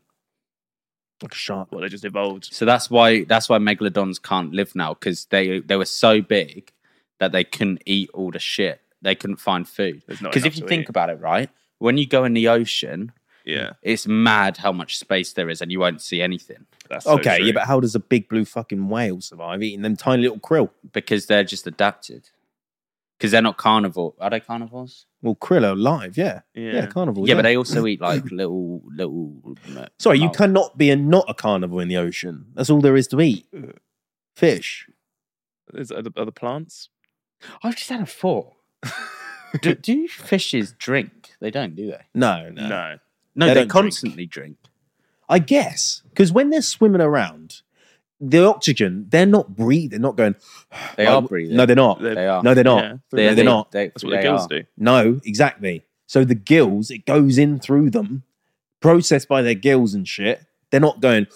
Like a shark. Well, they just evolved. So that's why that's why megalodons can't live now because they they were so big that they couldn't eat all the shit. They couldn't find food. There's not Because enough if you to think eat. about it, right, when you go in the ocean, Yeah. it's mad how much space there is, and you won't see anything That's so Okay, true. yeah, but how does a big blue fucking whale survive eating them tiny little krill? because they're just adapted. Because they're not carnivore. Are they carnivores? Well, krill are alive, yeah. Yeah. Yeah, carnivore. yeah, but they also eat *laughs* like little little. Sorry, you Oh. cannot be a not a carnivore in the ocean. That's all there is to eat. Fish. Is, are, the, are the plants? I've just had a thought. do, do fishes drink? They don't, do they? No, no. No. No, They don't they, drink. constantly drink. I guess because when they're swimming around, the oxygen they're not breathing. They're not going. They like, are breathing. No, they're not. They- They are. No, they're not. Yeah. They- they're they- not. they- That's what the they girls are. do. No, exactly. So the gills, it goes in through them, processed by their gills and shit. They're not going. *sighs*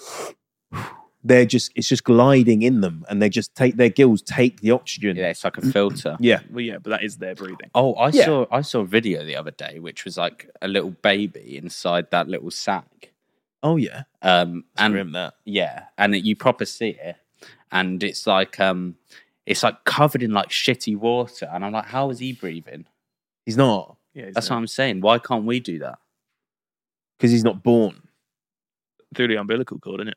They're just. It's just gliding in them, and they just take their gills take the oxygen. Yeah, it's like a filter. Yeah. Well, yeah, but that is their breathing. Oh, I Yeah. saw I saw a video the other day which was like a little baby inside that little sack. Oh yeah. Um, and Grim, that. yeah, and it, you proper see it, and it's like um, it's like covered in like shitty water, and I'm like, how is he breathing? He's not Yeah, That's what I'm saying. Why can't we do that? because he's not born. through the umbilical cord, isn't it?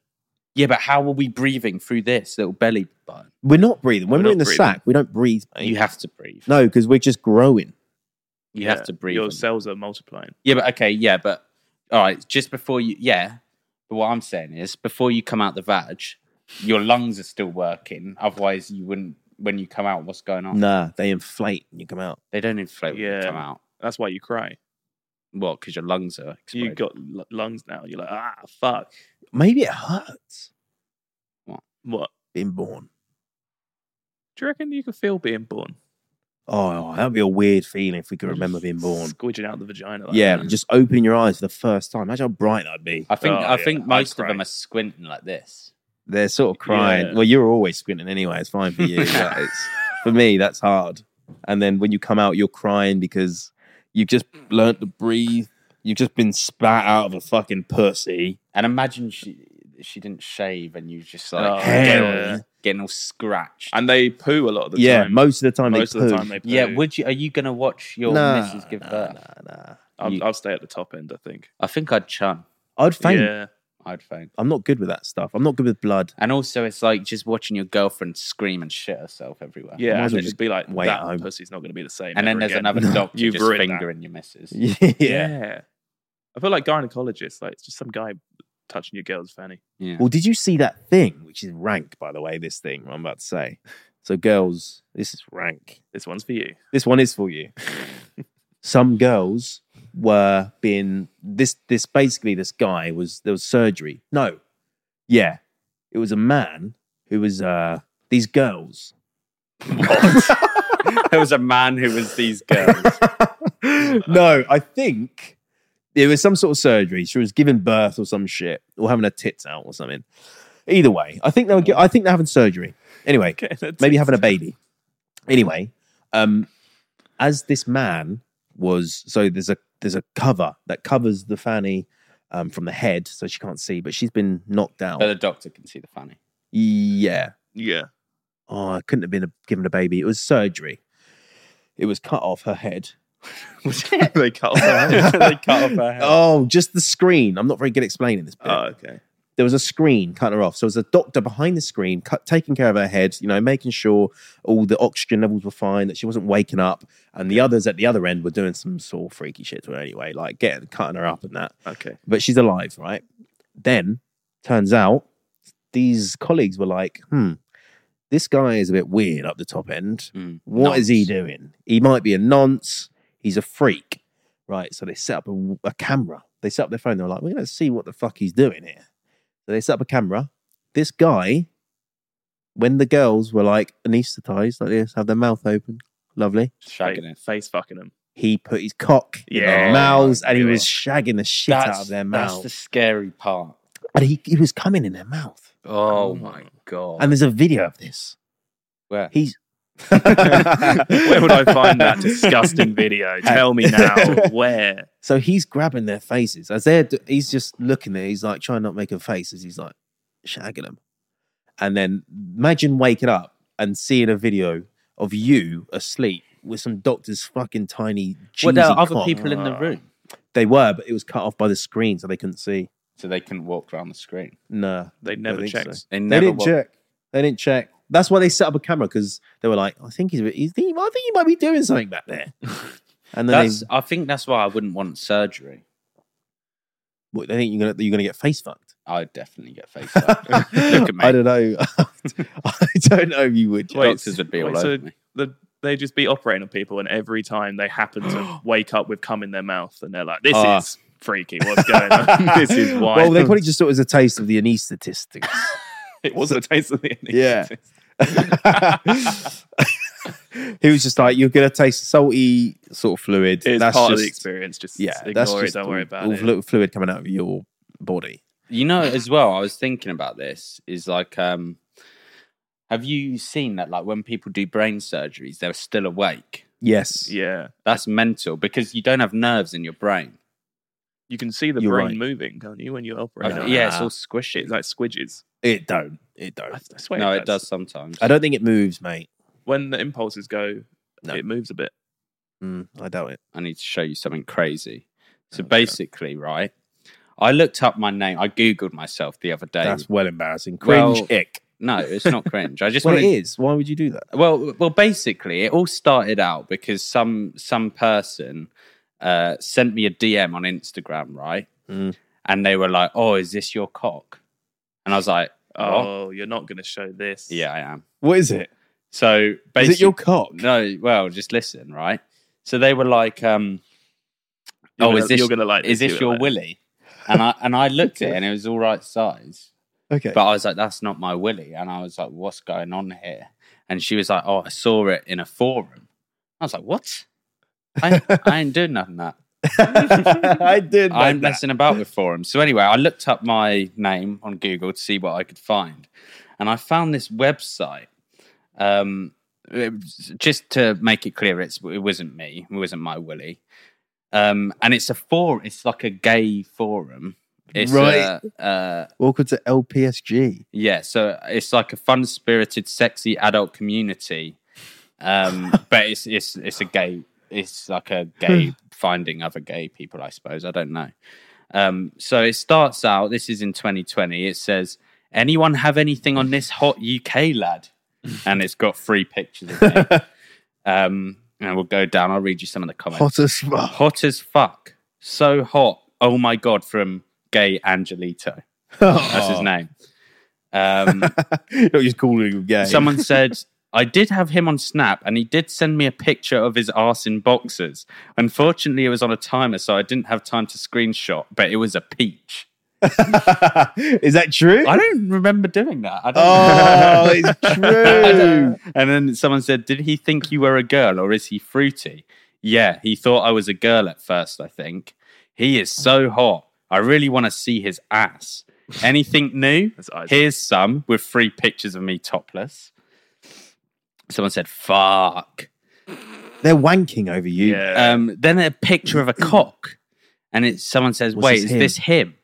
Yeah, but how are we breathing through this little belly button? We're not breathing. When We're we're, not in the breathing. sack, we don't breathe. Mate. You have to breathe. no, because we're just growing. you Yeah. have to breathe. Your and- cells are multiplying. Yeah, but okay, yeah, but all right, just before you, yeah. But what I'm saying is, before you come out the vag, your lungs are still working. Otherwise, you wouldn't. When you come out, what's going on? Nah, they inflate when you come out. They don't inflate when Yeah. you come out. That's why you cry. Well, because your lungs are. Exploding. You got l- lungs now. You're like, ah, fuck. Maybe it hurts What? being born. Do you reckon you can feel being born? Oh, that'd be a weird feeling if we could remember being born. Squidging out the vagina. Like Yeah, that. just opening your eyes for the first time. Imagine how bright that'd be. I think Oh, I yeah, think I'd most of cry. them are squinting like this. They're sort of crying. Yeah. Well, you're always squinting anyway. It's fine *laughs* for you. but it's, for me, that's hard. And then when you come out, you're crying because you've just learnt to breathe. You've just been spat out of a fucking pussy. And imagine she she didn't shave and you just like Oh, getting, yeah. all, getting all scratched. and they poo a lot of the yeah, time. most of the time most they of the poo. time they poo. yeah, would you are you gonna watch your Nah, missus give nah, birth? nah, nah. I'll, you- I'll stay at the top end. I think. I think I'd chum. I'd faint. Yeah. I'd faint. I'm not good with that stuff. I'm not good with blood. And also it's like just watching your girlfriend scream and shit herself everywhere. Yeah, and Might as well then just be like, wait at home. that pussy's not going to be the same. And then ever there's again. *laughs* another doctor You've just ruined that. fingering your missus. Yeah. *laughs* Yeah. I feel like gynecologists, like it's just some guy touching your girl's fanny. *laughs* Yeah. Well, did you see that thing, which is rank, by the way, this thing I'm about to say? So, girls, this is rank. This one's for you. *laughs* This one is for you. *laughs* Some girls were being this this basically this guy was there was surgery. No. Yeah. It was a man who was uh these *gasps* girls. there was a man who was *laughs* these girls. no, I think it was some sort of surgery. She was giving birth or some shit, or having her tits out or something. Either way, I think they were. gi- I think they're having surgery. Anyway, Okay, that's maybe having a baby. Anyway, um, as this man was, so there's a there's a cover that covers the fanny um, from the head, so she can't see, but she's been knocked down. but Uh, the doctor can see the fanny. yeah, *laughs* yeah. oh, I couldn't have been a, given a baby. It was surgery. It was cut off her head. *laughs* *laughs* they cut off her head. *laughs* they cut off her head. *laughs* Oh, just the screen. I'm not very good at explaining this bit. Oh, okay. there was a screen cutting her off. So there was a doctor behind the screen cut, taking care of her head, you know, making sure all the oxygen levels were fine, that she wasn't waking up. And the others at the other end were doing some sort of freaky shit to her anyway, like getting cutting her up and that. Okay. But she's alive, right? Then turns out these colleagues were like, hmm, this guy is a bit weird up the top end. Mm. What is he Nonce. doing? He might be a nonce. He's a freak. Right. So they set up a, a camera. They set up their phone. They're like, we're going to see what the fuck he's doing here. So they set up a camera. This guy, when the girls were like anesthetized, like this, have their mouth open, lovely, Shagging Fa- it. Face fucking him. he put his cock in Yeah. their mouths and he Yeah. was shagging the shit out of their that's mouth. the scary part. And he, he was coming in their mouth. Oh Mm. my god. And there's a video of this. Where? He's. *laughs* Where would I find that disgusting video? Tell me now. Where? *laughs* So he's grabbing their faces as they're. d- He's just looking there. He's like trying not to make a face as he's like shagging them. And then imagine waking up and seeing a video of you asleep with some doctor's fucking tiny. Well, there cheesy are other cock. people in the Ah. room, They were, but it was cut off by the screen, so they couldn't see. so they can walk around the screen. No, They don't never think checked. so. They, They never didn't walk- check. They didn't check. That's why they set up a camera because they were like, I think he's. he's I think he might be doing something back *laughs* there. And then That's, they, I think that's why I wouldn't want surgery. what, they think you're gonna you're gonna get *laughs* face fucked. I'd definitely get face up. *laughs* Look at me. *laughs* I don't know. *laughs* I don't know if you would. Wait, *laughs* Doctors would be all wait, so- over me. The, they just be operating on people, and every time they happen *gasps* to wake up with cum in their mouth, and they're like, "This Ah. is freaky. What's going *laughs* on? this is wild." Well, they probably just thought it was a taste of the anaesthetist. *laughs* it wasn't a taste of the end. Yeah. *laughs* he was just like, "You're gonna taste salty sort of fluid. It's part of the experience. Just Yeah, ignore that's it. just don't all- worry about all it. flu- Fluid coming out of your body. You know, as well, I was thinking about this is like, um, have you seen that? Like when people do brain surgeries, they're still awake. Yes. yeah, That's mental because you don't have nerves in your brain. you can see the You're brain right. moving, can't you, when you operate? I- on it? yeah, it's all It's squishy. like squidges. It don't. It I, don't. I swear, no, it does. does sometimes. I don't think it moves, mate. When the impulses go, No. it moves a bit. Mm, I doubt it. I need to show you something crazy. So Okay. basically, right, I looked up my name. I googled myself the other day. That's well embarrassing. Cringe Well, ick. No, it's not cringe. I just Well, wanted it is. Why would you do that? well well basically it all started out because some some person uh sent me a dm on instagram right Mm. and they were like oh is this your cock and i was like oh Oh, you're not going to show this. yeah i am What is it? so Is basically it your cock? no well just listen right so they were like um You're oh gonna, is this you're gonna like? is this you're your gonna like willy and i and i looked at it and it was all right size Okay. But I was like, that's not my Willy. And I was like, what's going on here? And she was like, oh, I saw it in a forum. I was like, what? I, I ain't doing nothing that. *laughs* I did. Like I'm that. messing about with forums. So anyway, I looked up my name on Google to see what I could find, and I found this website. Um, it was- just to make it clear, it's it wasn't me. It wasn't my Willie. Um, and it's a forum. It's like a gay forum. It's Right. A, uh, Welcome to LPSG. yeah, so it's like a fun-spirited, sexy adult community, um, but it's it's it's a gay. It's like a gay finding other gay people, I suppose. I don't know. Um, so it starts out. This is in 2020. It says, "Anyone have anything on this hot UK lad?" And it's got three pictures of me. um, and we'll go down. I'll read you some of the comments. Hot as fuck. Hot as fuck. So hot. Oh my god! From gay Angelito. *laughs* That's Oh. his name. Um, *laughs* You're not just calling him gay. Someone said, I did have him on Snap and he did send me a picture of his arse in boxes. Unfortunately, it was on a timer, so I didn't have time to screenshot, but it was a peach. *laughs* Is that true? I don't remember doing that. I *laughs* don't *laughs* Oh, it's know. true. and then someone said, Did he think you were a girl or is he fruity? Yeah, he thought I was a girl at first, I think. He is so hot. I really want to see his ass. Anything new? That's Isaac. Here's some with three pictures of me topless. Someone said, fuck. They're wanking over you. yeah. Um, then a picture of a cock. And it, someone says, Was wait, this is him? this him?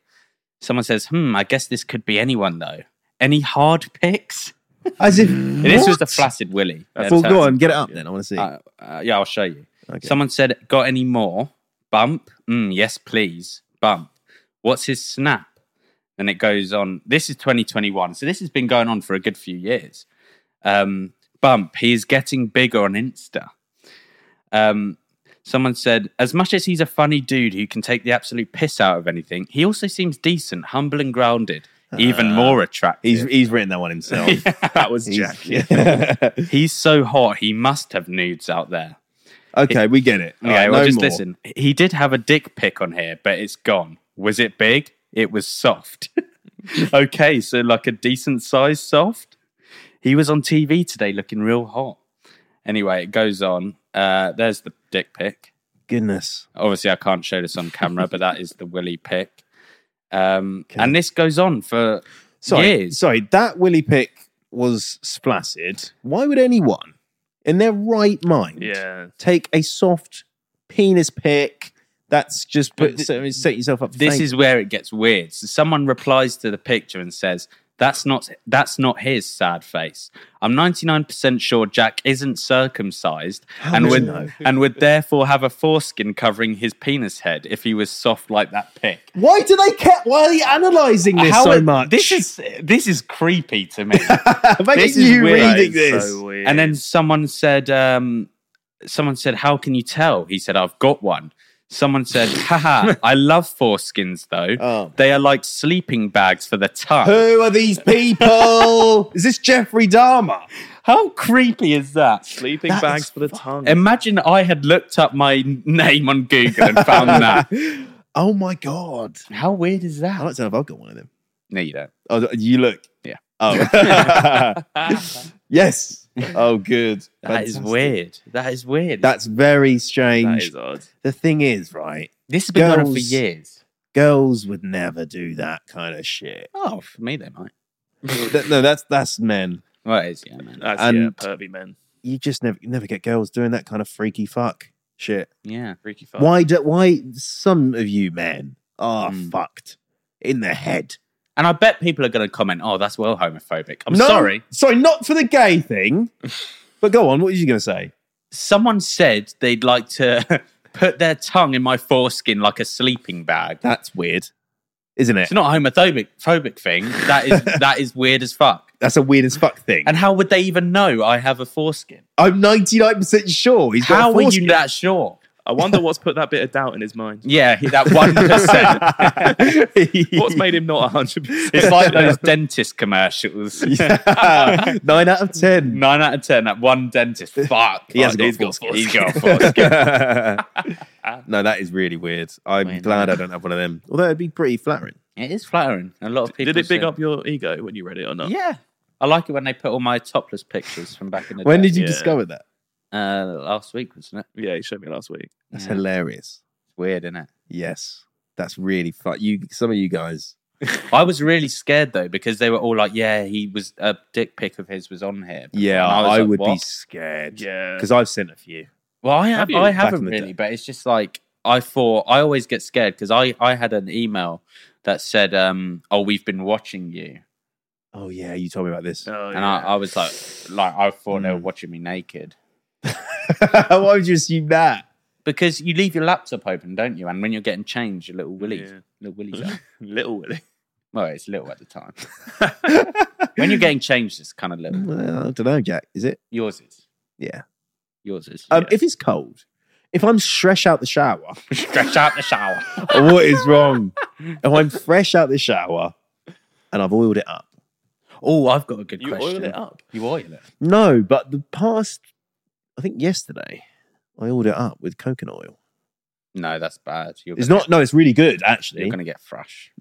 Someone says, hmm, I guess this could be anyone though. Any hard pics? As if This what? was the flaccid Willy. Well, That's- go on, get it up then. I want to see. Uh, uh, yeah, I'll show you. Okay. Someone said, got any more? Bump. Mm, yes, please. Bump. What's his snap? And it goes on. This is 2021. So this has been going on for a good few years. Um, bump. He is getting bigger on Insta. Um, someone said, as much as he's a funny dude who can take the absolute piss out of anything, he also seems decent, humble, and grounded, even more attractive. he's he's written that one *laughs* himself. that was Uh, He's- Jack. He's so hot, he must have nudes out there. *laughs* okay, we get it. Okay, Alright, well, no just more. listen. He did have a dick pic on here, but it's gone. Was it big? It was soft. *laughs* okay, so like a decent size soft. He was on TV today looking real hot. Anyway, it goes on. Uh, there's the dick pic. Goodness. Obviously, I can't show this on camera, but that is the Willy pic. Um, Okay. and this goes on for Sorry, years. sorry. That Willy Pick was splacid. Why would anyone, in their right mind, yeah. take a soft penis pick? That's just But put, th- set set yourself up. For this failure. is where it gets weird. So someone replies to the picture and says, "That's not that's not his sad face. I'm 99% sure Jack isn't circumcised How and does would he know? *laughs* and would therefore have a foreskin covering his penis head if he was soft like that pic." why do they care? Why are they analysing this How so it- much? *laughs* This is this is creepy to me. Imagine this is you weird. That reading is this. so weird. and then someone said, um, someone said, "How can you tell?" He said, "I've got one." Someone said, *laughs* "Haha, I love foreskins though. Oh. They are like sleeping bags for the tongue." Who are *laughs* these people? is this Jeffrey Dahmer? How creepy is that? sleeping That bags is for the tongue. Imagine I had looked up my name on Google and *laughs* found that. *laughs* Oh my god! How weird is I'd that? like to know if I've got one of them. No, you *laughs* don't. Oh, you look. Yeah. *laughs* Oh. *laughs* yes. Oh, good. That is Fantastic. weird. That is weird. That's very that strange. is odd. the thing is, right? this has been going on for Girls- years. Girls would never do that kind of *laughs* shit. Oh, for me they might. Th- no, that's that's men. Well, it is, yeah, man. That's yeah, And- pervy men. You just never you never get girls doing that kind of freaky fuck shit. Yeah. Freaky fuck. Why do why some of you men are Mm. fucked in the head? And I bet people are going to comment, "Oh, that's well homophobic." I'm sorry. Sorry, not for the gay *laughs* thing. but go on, what were you gonna say? Someone said they'd like to *laughs* put their tongue in my foreskin like a sleeping bag. That's weird. Isn't it? It's not a homophobic phobic thing. That is that is weird as fuck. That's a weird as fuck thing. And how would they even know I have a foreskin? I'm 99% sure he's got How a were *laughs* you foreskin. that sure? I wonder what's put that bit of doubt in his mind. *laughs* Yeah, he- that one *laughs* percent. *laughs* *laughs* What's made him not hundred percent? It's like those dentist commercials. Yeah. *laughs* Nine out of ten. Nine out of ten. That one dentist. Fuck. He hasn't got He's a foreskin. He's *laughs* got a foreskin. *laughs* no, that is really weird. I'm Wait, glad I don't have one of them. Although it'd be pretty flattering. it is flattering. A lot of people Did it big say- up your ego when you read it or not? Yeah, I like it when they put all my topless pictures from back in the When day. did you Yeah. discover that? uh, last week, wasn't it? Yeah, he showed me last week. That's Yeah. hilarious. It's weird, isn't it? Yes, that's really fun. You, some of you guys, I was really scared though because they were all like, "Yeah, he was a dick pic of his was on here." yeah, And was I, like, would be "What?" scared. Yeah, because I've sent a few. Well, I Have have. you? I Back in haven't the really, day. but it's just like I thought. I always get scared because I I had an email that said, um, "Oh, we've been watching you," Oh yeah, you told me about this. Oh, and yeah. *laughs* I, I was like, like I thought they were Mm. watching me naked *laughs* Why would you assume that? *laughs* because you leave your laptop open, don't you? And when you're getting changed, your little willies, Yeah. little willies. out. little *laughs* Willie. Well, it's little at the time. when you're getting changed, it's kind *laughs* of little. Well, I don't know, Jack. Is it? Yours is. Yeah. Yours is. Um, yeah. If it's cold, if I'm fresh out the shower, *laughs* Stretch out the shower. *laughs* what is wrong? If I'm fresh out the shower and I've oiled it up. Oh, I've got a good You question. oil it up. You oil it. No, but the past, I think yesterday, I oiled it up with coconut oil. No, that's bad. You're It's gonna- not. No, it's really good actually. You're going to get thrush.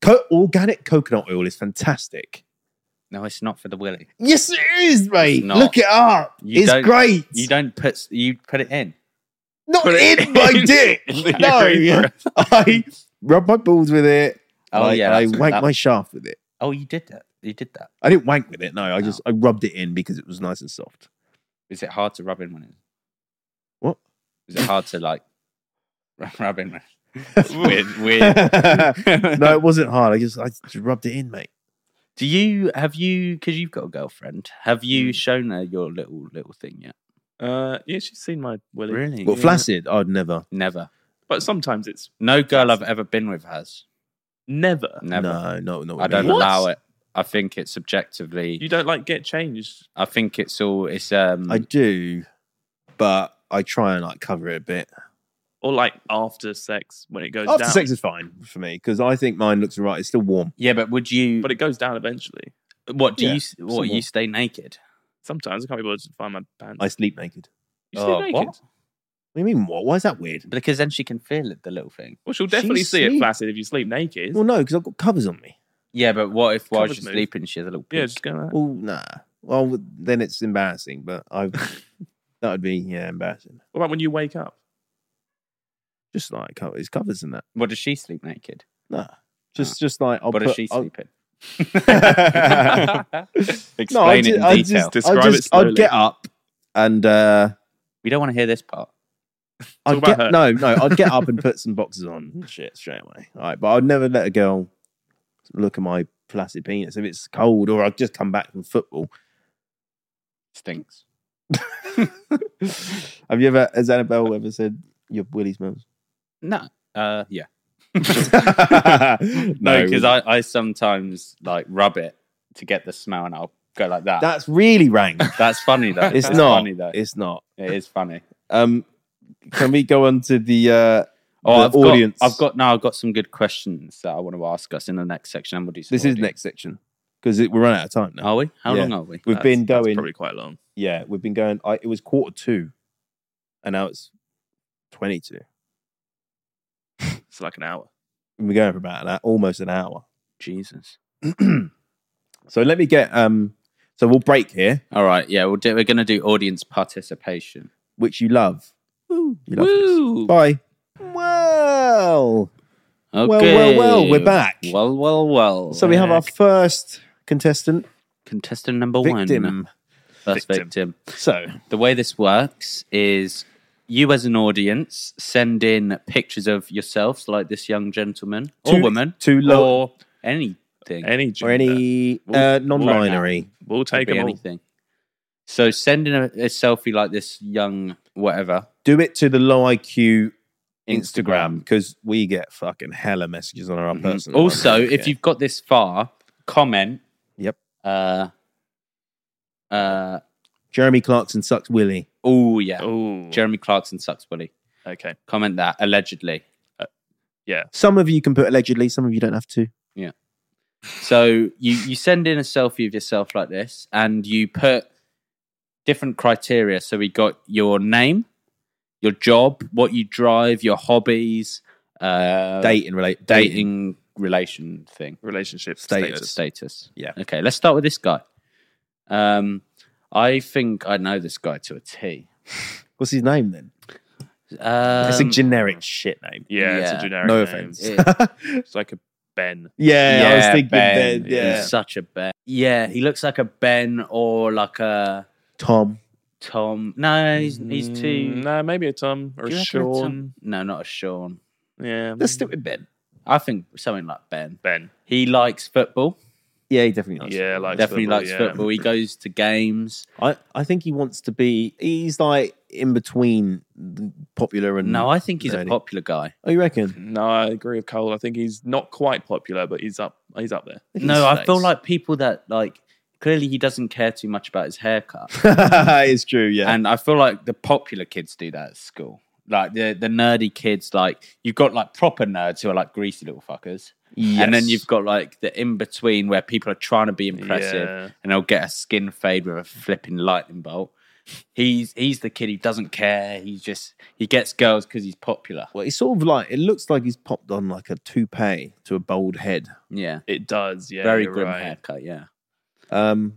Co- organic coconut oil is fantastic. No, it's not for the willy. Yes, it is, mate. not. Look it up. You it's don't- great. You don't put you put it in. Not put it in, my in *laughs* dick. no, *laughs* I rub my balls with it. Oh I, yeah. I that's- wank that- my shaft with it. Oh, you did that. You did that. I didn't wank with it. No, I No. just I rubbed it in because it was nice and soft. Is it hard to rub in when it? What? Is it hard to like *laughs* rub rub in? weird. *laughs* Weird. no, it wasn't hard. I just I just rubbed it in, mate. Do you have you because you've got a girlfriend? Have Hmm. you shown her your little little thing yet? *laughs* Uh, yeah, she's seen my Willie. Really? Well, Yeah. flaccid, I'd never. Never. But sometimes it's No girl I've ever been with has. never. Never. No, no, no. I don't What? allow it. I think it's subjectively. You don't like get changed. I think it's all. It's um. I do, but I try and like cover it a bit. Or like after sex when it goes After down. sex is fine for me because I think mine looks right. It's still warm. yeah, but would you? But it goes down eventually. what do yeah, you? s- What you somewhat. stay naked? Sometimes I can't be bothered to find my pants. I sleep naked. you see Oh, naked. what? What do you mean? What? Why is that weird? Because then she can feel it, the little thing. Well, she'll definitely see it sleep- flaccid if you sleep naked. Well, no, because I've got covers on me. Yeah, but what if while Covers she's move. sleeping, she has a little yeah, peek? just go like that. Well, nah. Well, then it's embarrassing. But I *laughs* that would be yeah embarrassing. What about when you wake up? Just like co- it's covers and that. What does she sleep naked? Nah. Just just like I'll what put, does she I'll- *laughs* sleep in? *laughs* Explain No, I Explain it in ju- I detail. just- I Describe it just- I'd slowly. get up and uh, we don't want to hear this part. I'd about get her. no, no, I'd get *laughs* up and put some boxes on and shit straight away. All right, but I'd never let a girl look at my flaccid penis if it's cold or I've just come back *laughs* from football. Stinks. Have you ever, has Annabelle ever said your *laughs* willy smells? No. Uh, *laughs* yeah. No, no, because I, I sometimes like rub it to get the smell, and I'll go like that. that's really *laughs* rank. That's funny though. *laughs* It's That's not. funny though. It's not. It is funny. Um, can we go on to the uh, Oh, the I've audience? got. I've got now. I've got some good questions that I want to ask us in the next section, and we'll do. Some this is audience. next section because we're running out of time now. Are we? How Yeah. long are we? Uh, We've Oh, That's- been that's going probably quite long. yeah, we've been going. I, it was quarter two, and now it's twenty two. It's like an hour. We've been going for about an hour, almost an hour. Jesus. so let me get. Um, so we'll break here, All right. Yeah, we'll do, we're going to do audience participation. which you love. You love this. Woo! Bye. Well, Okay. Oh, well, well, we're back. Well, well, well. so we have our Back. first contestant contestant number one, victim. first Victim. victim. So The way this works is you, as an audience, send in pictures of yourselves, like this young gentleman or Two- woman, two low or anything. Any or any uh, We'll- non-binary. We'll Could take be them all. anything. So send in a, a selfie like this young whatever. Do it to the low IQ Instagram because we get fucking hella messages on our Mhm. personal. Also, ones. if Yeah. you've got this far, comment. Yep. Uh. Uh. Jeremy Clarkson sucks Willie. Oh yeah. Oh, Jeremy Clarkson sucks bully. okay. Comment that allegedly. Some of you can put allegedly, some of you don't have to. So you you send in a selfie of yourself like this, and you put different criteria. So we got your name, your job, what you drive, your hobbies, uh, Dating relate dating. dating relation thing. Relationship status. Status. status. Yeah. Okay, let's start with this guy. Um, I think I know this guy to a T. What's his name then? Um, it's a generic shit name. Yeah, it's a Yeah. generic. No name. offense. *laughs* It- yeah, It's like a Ben. I was thinking Ben. Ben. Yeah, He's such a Ben. Yeah, he looks like a Ben or like a Tom. Tom. No, he's he's too. Mm, nah, maybe a Tom or Do a you reckon a Tom? Sean. No, not a Sean. Yeah, Let's do it with Ben. I think something like Ben. Ben. He likes football. Yeah, he definitely likes. Yeah, like Definitely football, likes yeah. football. He goes to games. I, I think he wants to be. He's like in between popular and. No, I think he's a Really? popular guy. oh, you *laughs* reckon? *laughs* No, I agree with Cole. I think he's not quite popular, but he's up. He's up there. No, I feel like people that like clearly he doesn't care too much about his haircut. it's true. Yeah, And I feel like the popular kids do that at school. Like the the nerdy kids, like you've got like proper nerds who are like greasy little fuckers, and then Yes. you've got like the in between where people are trying to be impressive Yeah. and they'll get a skin fade with a flipping lightning bolt. He's he's the kid who doesn't care. He's just he gets girls because he's popular. Well, it's sort of like it looks like he's popped on like a toupee to a bald head. Yeah, It does. Yeah, very you're grim right. haircut. Yeah, Um,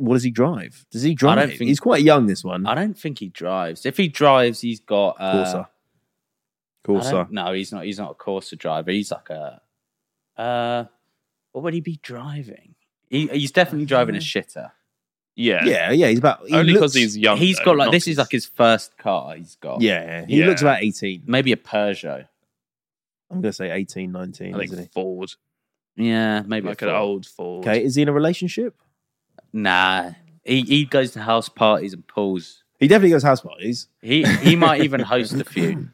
what does he drive? Does he drive? don't think- he's quite young. This one, I don't think he drives. If he drives, he's got uh, Corsa. I Corsa. don't- No, he's not. He's not a Corsa driver. He's like a. Uh, what would he be driving? He, he's definitely driving Uh-huh. a shitter. Yeah, Yeah, yeah. He's about he Only because looks- he's young. he's though, got like not this is because- like his first car. He's got Yeah, he Yeah. looks about eighteen. maybe a Peugeot. I'm gonna say 18, 19, I isn't think Ford, Yeah, maybe like a an Ford. old Ford. he? Okay, is he in a relationship? Nah, he he goes to house parties and pulls. He definitely goes house parties. He he *laughs* might even host a few.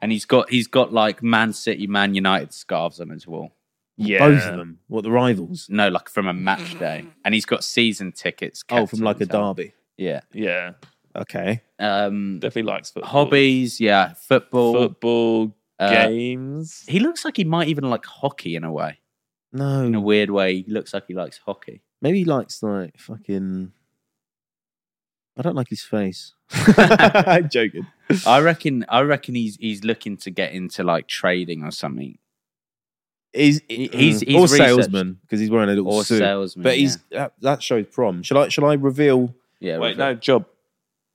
And he's got he's got like Man City, Man United scarves on his wall. Yeah, Both of them. What the rivals? No, like from a match day, and he's got season tickets. Oh, kept from in like a his house. derby. Yeah. Yeah, Okay. Um, definitely likes football. hobbies, yeah, football. football uh, games. He looks like he might even like hockey in a way. No, In a weird way, he looks like he likes hockey. maybe he likes like fucking. I don't like his face. *laughs* joking. *laughs* I reckon. I reckon he's he's looking to get into like trading or something, He's he's- he's Mm. or researched. salesman because he's wearing a little or suit. salesman. but he's that, that shows prom. Shall I? Shall I reveal? yeah, yeah Wait, with a no job.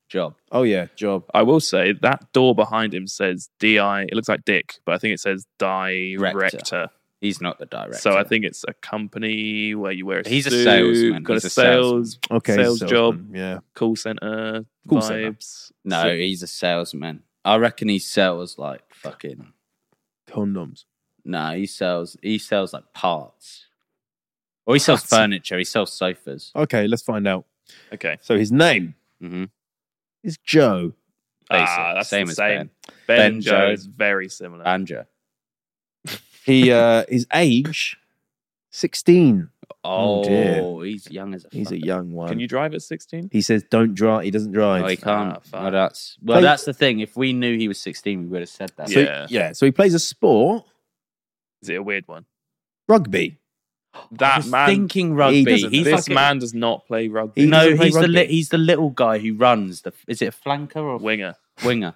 job. Oh yeah, job. I will say that door behind him says di. It looks like Dick, but I think it says director. He's not the director. So I think it's a company where you wear a He's a suit, salesman. got He's a a salesman. sales Okay, Sales job. salesman, Yeah. call center Call center. vibes. no, So- he's a salesman. I reckon he sells like fucking. Condoms. No, he sells. He sells like parts. Or he sells Parts? furniture. He sells sofas. Okay, let's find out. okay, So his name Mm-hmm. is Joe. ah, that's same the as same. Ben. Ben, Ben Joe Joe. is very similar. Andrew. *laughs* He uh his age, sixteen. Oh, Oh, dear. he's young as a. He's a fucker. young one. Can you drive at sixteen? He says, "Don't drive." He doesn't drive. Oh, he Ah, can't. fuck. well, that's well, Play- that's the thing. If we knew he was sixteen, we would have said that. So, Yeah. yeah. So he plays a sport, Is it a weird one? *laughs* rugby. I That was man. thinking rugby. doesn't- he's this fucking- man does not play rugby. He no, doesn't play he's the li- rugby. he's the little guy who runs the. Is it a flanker or a winger, winger?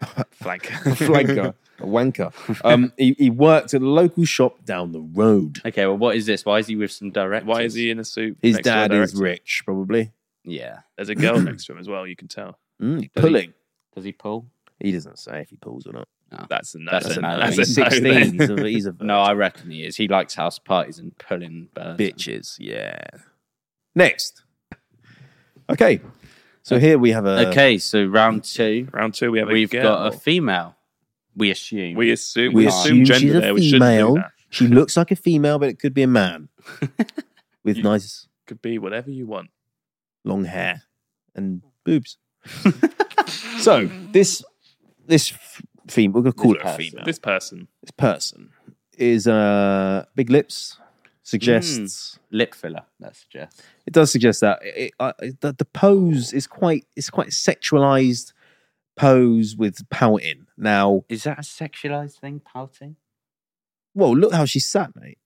A flanker. flanker, *laughs* a wanker. Um, he, he worked at a local shop down the road. Okay, well, what is this? Why is he with some directors? Why is he in a suit? His next to a dad is director? rich, probably. Yeah. There's a girl next to him as well. You can tell. Mm, Does he- pulling. Does he pull? He doesn't say if he pulls or not. That's a no. That's That's a a no. no. That's he's a no then. sixteen. he's *laughs* a, he's a No, I reckon he is. He likes house parties and pulling birds. bitches. Yeah. Next. Okay. So here we have a Okay, so round two, Round two, we have a we've girl. got a female. We assume. we assume We we assume assume she's gender a there. We shouldn't do female. that. She looks like a female, but it could be *laughs* a man with You- nice Could be whatever you want. long hair and boobs. *laughs* so this this f- female, we're gonna call This her a person. female. This person. This person is uh big lips. Hmm. Suggests lip filler. That suggests. it does suggest that it, it, I- it- the, the pose is quite it's quite a sexualized pose with pouting. Now, Is that a sexualized thing? Pouting. well, look how she sat, mate.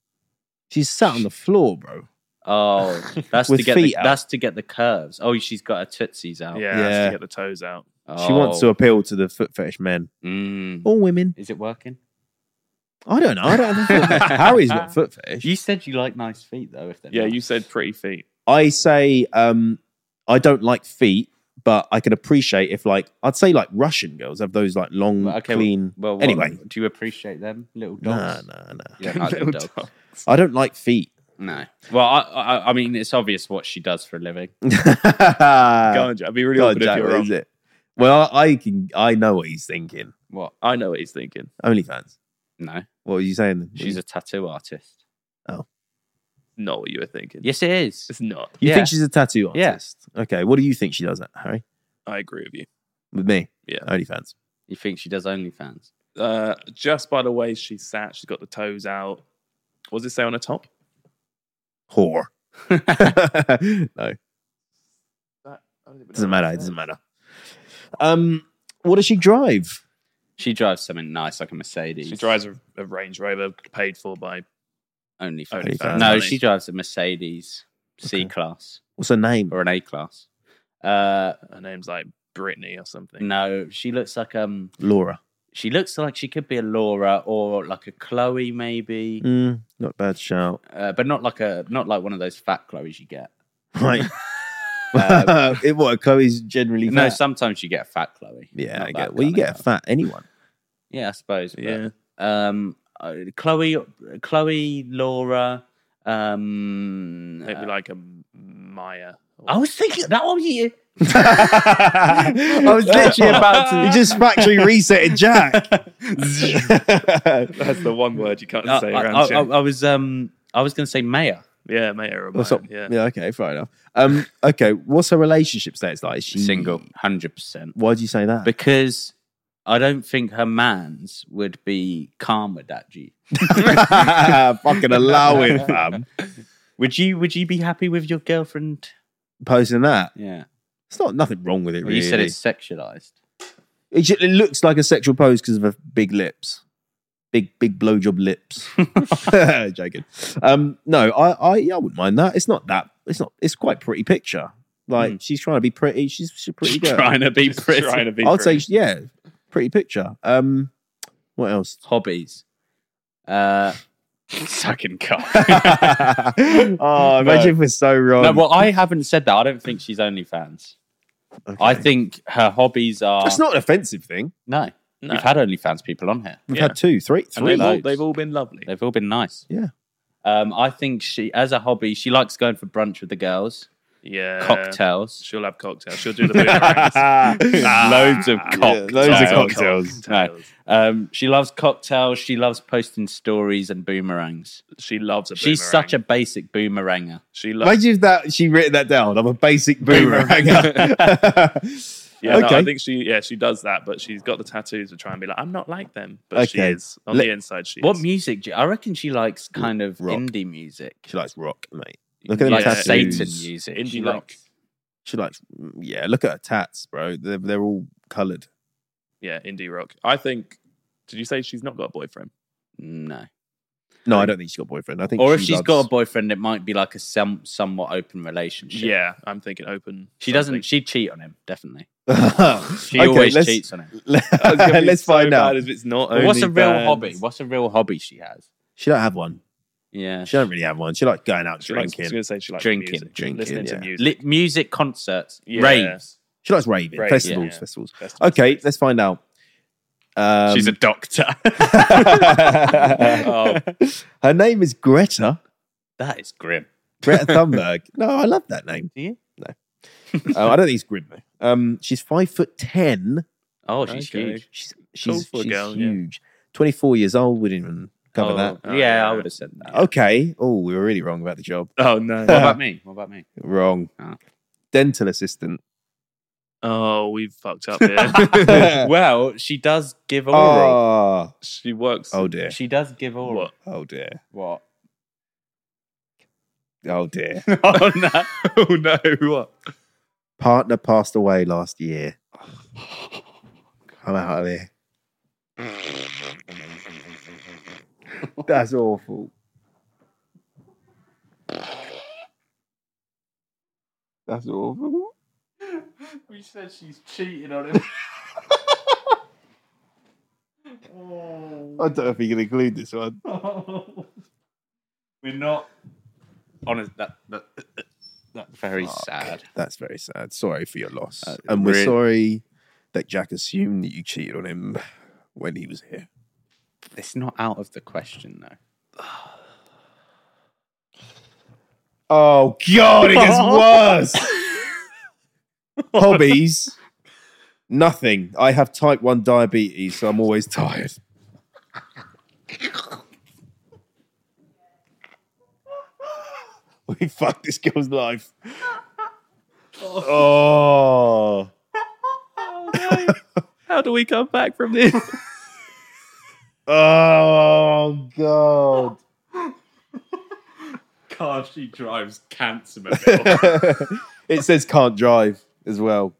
She's sat on the floor, bro. *laughs* Oh, that's to With get the, feet out. that's to get the curves. Oh, she's got her tootsies out. Yeah. has Yeah. to get the toes out. She wants to Oh. appeal to the foot fetish men Mm. or women. Is it working? I don't know. I don't know. *laughs* Harry's got foot fetish. You said you like nice feet though. If they're Yeah, nice. you said pretty feet. I say um, I don't like feet, But I can appreciate if, like, I'd say like Russian girls have those like long, Well, okay, clean. Well, what- anyway, do you appreciate them little nah, dogs? nah, nah. You *laughs* don't like them Little dogs. dog. I don't like feet. *laughs* No. Well, I, I, I mean, it's obvious what she does for a living. Go God, on, Jack. I'd be really awkward if Uh, Jack, you were what wrong. is it? Well, I can. I know what he's thinking. What? I know what he's thinking. OnlyFans. No, What were you saying? then? she's a tattoo artist. Not what you were thinking. Yes, it is. It's not. you yeah. think she's a tattoo Yeah. artist? Okay. What do you think she does, Harry? I agree with you. With me? Yeah. OnlyFans. You think she does OnlyFans? Uh, just by the way she sat, she's got the toes out. What does it say on her top? *laughs* Whore. *laughs* no, doesn't matter. It doesn't matter. Um, what does she drive? She drives something nice, like a Mercedes. She drives a, a Range Rover paid for by. OnlyFans. OnlyFans. No, Only. she drives a Mercedes C Okay. class What's her name? or an A class. Uh, Her name's like Brittany or something. no, she looks like um, Laura. she looks like she could be a Laura or like a Chloe, maybe, Mm, not a bad shout. uh, but not like a not like one of those fat Chloes you get. *laughs* Right. *laughs* Uh, it what Chloe's generally No, fat. sometimes you get a fat Chloe. yeah, Not I that get. Well, you kind of get a fat anyone. Yeah, I suppose. but, Yeah. Um, uh, Chloe, Chloe, Laura. Um, Maybe uh, like a Maya. or- I was thinking that one. Yeah, I was literally about to. You just factory resetted Jack. *laughs* That's the one word you can't I, say I- around I- Jack. I was um, I was going to say Maya, Yeah, Maya or *laughs* What's Maya, up? Yeah. Yeah. okay, fair enough. Um, okay, what's her relationship status like? Is she single, hundred percent, Why do you say that? because I don't think her man's would be calm with that. G. *laughs* Fucking allow it, fam. Would you? Would you be happy with your girlfriend? Posting that, Yeah, it's not nothing wrong with it. Well, Really, you said it's sexualized. It, ju- it looks like a sexual pose because of her big lips, big big blowjob lips. *laughs* Joking. Um, no, I I yeah, I wouldn't mind that. It's not that. It's not. It's quite pretty picture. Like she's trying to be pretty. She's she's a pretty girl. Hmm. Trying to be Just pretty. Trying to be I'd pretty. say yeah, pretty picture. Um, what *laughs* else? *laughs* Hobbies. Uh, *laughs* sucking cock. oh, imagine if we're so wrong. no, well, I haven't said that. I don't think she's OnlyFans. Okay. I think her hobbies are it's not an offensive thing. no. No. We've had OnlyFans people on here. We've Yeah. had two, three, And three. they've, all, loads. they've all been lovely. They've all been nice. Yeah. Um, I think she, as a hobby, she likes going for brunch with the girls, Yeah. cocktails. She'll have cocktails. She'll do the boomerangs. *laughs* Ah. *laughs* Ah. Ah. loads of Yeah, cocktails. loads of Cocktails. cocktails. Cocktails. Um, she loves cocktails. She loves posting stories and boomerangs. She loves a She's boomerang. such a basic boomeranger. She loves. Imagine if that she written that down. I'm a basic *laughs* boomeranger. Yeah, no, I okay. think she. Yeah, she does that, but she's got the tattoos to try and be like, I'm not like them, but she Okay. is on Let- the inside. She What is. music? Do you, I reckon she likes kind of Rock. indie music, she likes rock, mate. Look at them like tattoos. Satan music, Indie She rock. likes- She likes, yeah. Look at her tats, bro. They're, they're all coloured. yeah, indie rock. I think. Did you say she's not got a boyfriend? No. No, I don't think she's got a boyfriend. I think, Or if she she's loves- got a boyfriend, it might be like a some somewhat open relationship. Yeah, I'm thinking open. She something. *laughs* doesn't. She'd cheat on him, definitely. *laughs* She Okay, always let's- cheats on him. *laughs* Oh, it's gonna be Let's so find bad out. If it's not. But what's a real OnlyFans. hobby? What's a real hobby she has? She don't have one. Yeah. She don't really have one. She like going out She likes, I was drinking. gonna say she likes Drinking, music, drinking, listening yeah. to music. Li- music concerts, Yeah. raves. She likes raving. Right, festivals, yeah. festivals. That's- Okay, let's find out. Um, *laughs* She's a doctor. Oh. Her name is Greta. that is grim. Greta Thunberg. no, I love that *laughs* name. Do you? Uh, I don't think it's grim though. Um, she's five foot ten. Oh, she's Okay. huge. She's Tall she's, for a she's girl, yeah. huge. Twenty four years old. We didn't even cover Oh, that. Yeah, Oh, yeah. I would have said that. Okay. Oh, we were really wrong about the job. Oh no. What about me? What about me? Wrong. Ah. *laughs* Dental assistant. Oh, we've fucked up here. *laughs* *laughs* Uh, well, she does give oral. oh, she works. oh dear. She does give oral. What? Oh dear. What? Oh dear. *laughs* oh no! oh no! What? Partner passed away last year. I'm out *laughs* of here. That's awful. That's awful. We said she's cheating on him. *laughs* I don't know if you can include this one. We're not honest. That, that That's Very sad. That's very sad. Sorry for your loss. Uh, and we're really- sorry that Jack assumed that you cheated on him when he was here. It's not out of the question though. Oh god, it *laughs* gets worse. Hobbies. Nothing. I have type 1 diabetes, so I'm always tired. we fucked this girl's life. Oh. How do we come back from this? Oh god. Car she drives cancer. *laughs* *laughs* it says can't drive as well.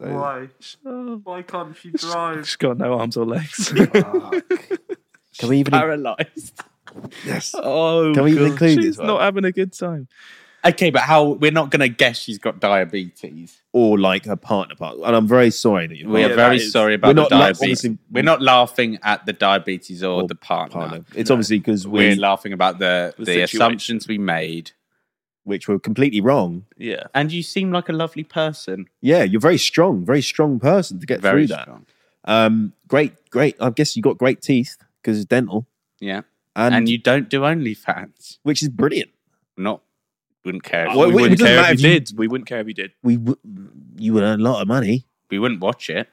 So- Why can't she *laughs* drive? She's got no arms or legs. Can we even Paralyzed. yes. Oh, Can we even *laughs* include she's this one? not having a good time. okay, but how? We're not going to guess she's got diabetes. or like her partner part? And I'm very sorry Oh, that you're We Yeah, are that very is- sorry We're about the not like- diabetes. obviously- we're not laughing at the diabetes or, Or the partner. partner. It's obviously because We're we laughing about the The the, situation. assumptions we made. which were completely wrong. Yeah. And you seem like a lovely person. Yeah, you're very strong, very strong person to get Very through strong. that. Um, great, great. I guess you got great teeth because it's dental, Yeah, and, and, you don't do OnlyFans. which is brilliant. Not wouldn't care. if Well, we, we- would, doesn't matter if if you you- did. We wouldn't care if you did. We w- you would earn a lot of money, we wouldn't watch it.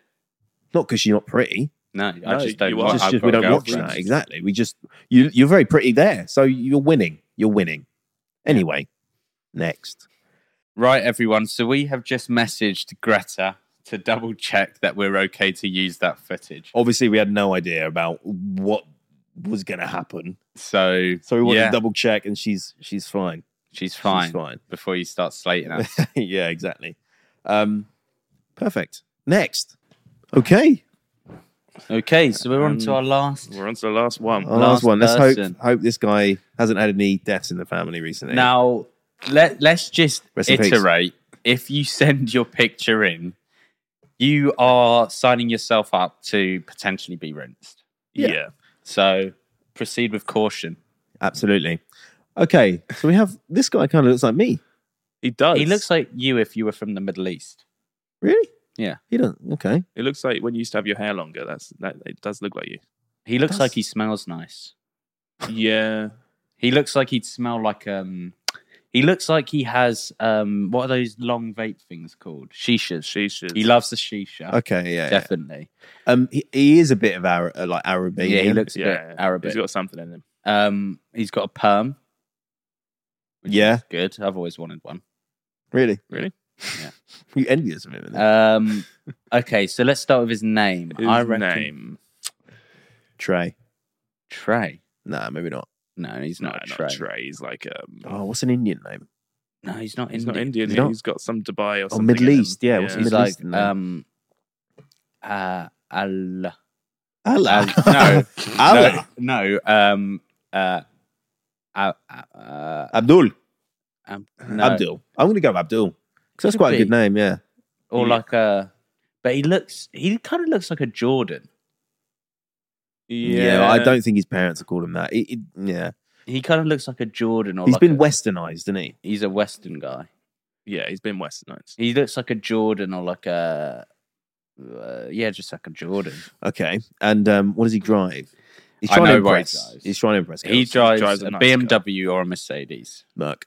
not because you're not pretty. No, No, I just you don't. are. Watch, just, I've just got we a don't watch girlfriend. that exactly. We just you you're very pretty there, so you're winning. You're winning. Anyway, next. Right, everyone. So we have just messaged Greta to double check that we're okay to use that footage. Obviously, we had no idea about what was going to happen, So, so we wanted yeah, to double check, and she's she's fine. she's fine. She's fine. Before you start slating us, *laughs* yeah, exactly. Um, perfect. Next. Okay. *laughs* okay. So we're on to Um, our last. We're on to the last one. Our last, Last one. Let's person. hope hope this guy hasn't had any deaths in the family recently. Now, let let's just Rest in peace. iterate. If you *laughs* send your picture in, you are signing yourself up to potentially be rinsed. yeah. So proceed with caution. Absolutely. Okay. So we have this guy kind of looks like me. He does. He looks like you if you were from the Middle East. Really? Yeah. He doesn't. Okay. It looks like when you used to have your hair longer. That's that. It does look like you. He looks Does- like he smells nice. Yeah. He looks like he'd smell like um. He looks like he has um. What are those long vape things called? Shishas. She should. He loves the shisha. Okay. Yeah. yeah. Definitely. Um. He, he is a bit of Arab, uh, like Arabian. Yeah, he looks a Yeah. bit Arabic. He's got something in him. um, he's got a perm. which Yeah. is good. I've always wanted one. Really. *laughs* Really? Yeah. you envious of him? isn't *laughs* it? Um, okay, so let's start with his name. His I reckon name. Trey. Trey. Nah, maybe not. No, he's No, not a Trey. not Trey. He's like um. Oh, what's an Indian name? No, he's not He's Indian. not Indian. He's not? He's got some Dubai or Oh, something. Middle in him. East, yeah, what's yeah. his He's Middle like Eastern name. um, uh, Al. Allah. Al- *laughs* *laughs* no, Allah. no, no. Um, uh, uh, uh, Abdul. um, no. Abdul. I'm going to go with Abdul because that's Could quite a be. good name. Yeah. or Yeah. like a. But he looks. He kind of looks like a Jordan. Yeah, I don't think his parents have called him that. It- it- yeah, He kind of looks like a Jordan. Or he's like been a- westernized, isn't he? He's a Western guy. Yeah, he's been westernized. He looks like a Jordan or like a. Uh, yeah, just like a Jordan. Okay, and um, what does he drive? He's I trying to know what he impress. drives. He's trying to impress. He He drives, drives a a nice BMW or a Mercedes. Merc.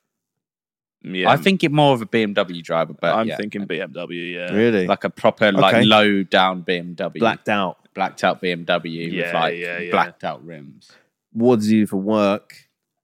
Yeah, I think it more of a BMW driver, but I'm yeah, thinking BMW. Yeah, Really like a proper like Okay. low down BMW, blacked out. blacked out BMW Yeah, with like yeah, yeah. blacked out rims. What does he do for work?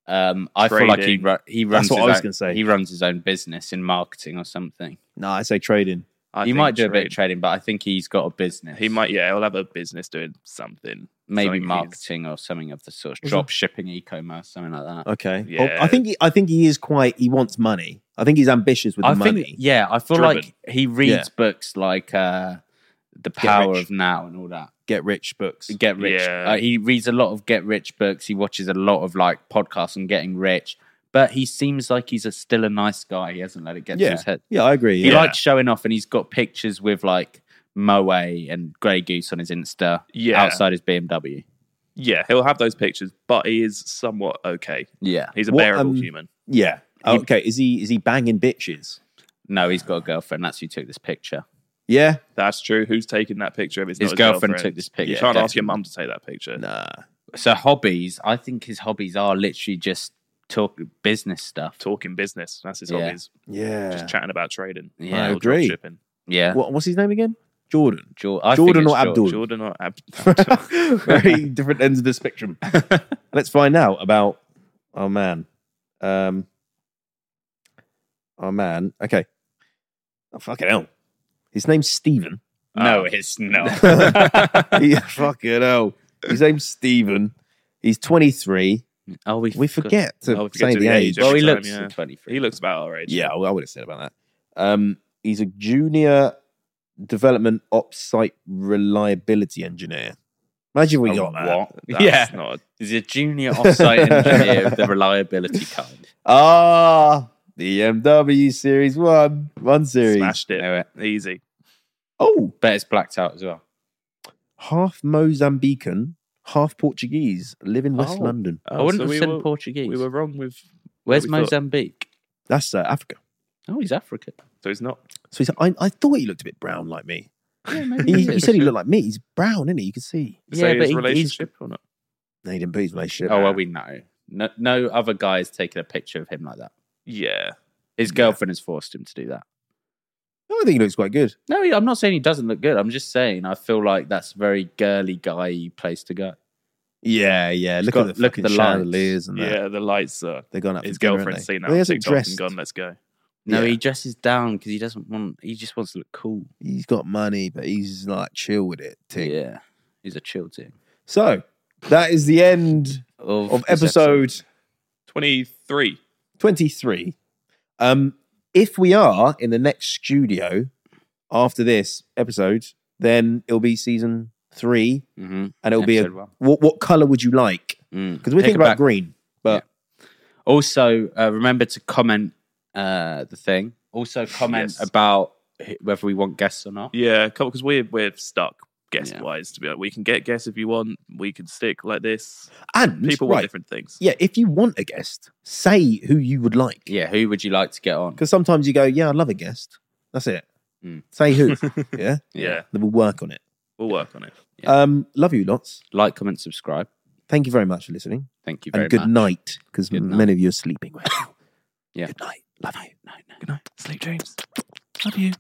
Um, I feel like he Trading. ru- he runs. what his I was own- gonna say. He runs his own business in marketing or something. No, I say trading. I he think might do a bit trade. of trading, but I think he's got a business. He might. Yeah, he'll have a business doing something. maybe something he's- marketing or something of the sort, drop shipping, e-commerce, something like that. Okay. Yeah. Well, I think he, I think he is quite. He wants money. I think he's ambitious with the I money. think, yeah, I feel Driven. like he reads Yeah. books like uh, The Power Rich. of Now and all that. Get rich books. Get Rich. Yeah. Uh, he reads a lot of Get Rich books. He watches a lot of like podcasts on getting rich, but he seems like he's a, still a nice guy. He hasn't let it get to Yeah. his head. Yeah, I agree. He yeah. likes showing off, and he's got pictures with like Moe and Grey Goose on his Insta Yeah, outside his BMW. yeah, he'll have those pictures, but he is somewhat okay. Yeah. He's a What, bearable um, human. yeah. Oh, okay, is he is he banging bitches? No, he's got a girlfriend. That's who took this picture. Yeah, That's true. Who's taking that picture? If it's His not girlfriend, took this picture. You can't ask your mum to take that picture. nah. So hobbies, I think his hobbies are literally just talk business stuff. Talking business. That's his Yeah. hobbies. Yeah. Just chatting about trading. Yeah, I Or agree. dropshipping. Yeah, What, what's his name again? *laughs* Jordan. *laughs* Jor- I Jordan or think it's Jor- Abdul? Jordan or Ab- Very different ends of the spectrum. Let's find out about our man. Um, our man. Okay. Oh, fucking hell. His name's Stephen. No, Oh. it's *laughs* not. he, fucking hell. His name's Stephen. He's 23. *laughs* oh, we, We forget to Oh, we forget say to the the age. age. Well, Every he time, looks yeah. twenty-three. he looks about our age. Yeah, I would have said about that. Um, he's a junior development ops site reliability engineer. Imagine we A got that. what? *laughs* That's yeah, Not a- he's a junior offsite *laughs* engineer of the reliability kind. Ah, BMW Series 1. One Series. smashed it. Know it. Easy. Oh, *laughs* Bet it's blacked out as well. half Mozambican, half Portuguese, live in West Oh. London. Oh, I wouldn't so have we said were, Portuguese. We were wrong with. Where's we thought- Mozambique? That's uh, Africa. Oh, he's African. So he's not. So he's, I, I thought he looked a bit brown like me. Yeah, He, *laughs* he said he looked like me. He's brown, isn't he? You can see. Did Yeah, yeah, but but he- his he's- relationship or not? No, he didn't put his relationship. Oh well, we know. No, no other guy has taken a picture of him like that. Yeah. His girlfriend has forced him to do that. Oh, I think he looks quite good. No, he- I'm not saying he doesn't look good. I'm just saying I feel like that's a very girly guy place to go. Yeah, yeah. Look got- at the look fucking at the lights. chandeliers and that. Yeah. The lights are. They're gone up. His for dinner, girlfriend's haven't they? seen that Well, he on hasn't TikTok and dressed. gone, let's go. No, Yeah. he dresses down because he doesn't want. He just wants to look cool. He's got money, but he's like chill with it. Ting. Yeah, he's a chill team. So that is the end Of, of this episode 23. 23. Um, if we are in the next studio after this episode, then it'll be season three, Mhm. and it'll Episode be one. a, what, what color would you like? Mm. Because we're Take thinking it about back. green, but Also, uh, remember to comment uh, the thing. Also, comment Yes. about h- whether we want guests or not. Yeah, because we're we're stuck guest Yeah. wise. To be like, we can get guests if you want. We can stick like this. and People want right, different things. yeah, if you want a guest, say who you would like. Yeah, who would you like to get on? Because sometimes you go, yeah, I'd love a guest. That's it. Mm. Say *laughs* who. yeah. Yeah. Then we'll work on it. we'll work on it. Yeah. Um, love you lots. Like, comment, subscribe. Thank you very much for listening. Thank you very And good much. night, because Good night. many of you are sleeping. Yeah. Good night. Love you. Night, night. Good night. Sleep dreams. Love you.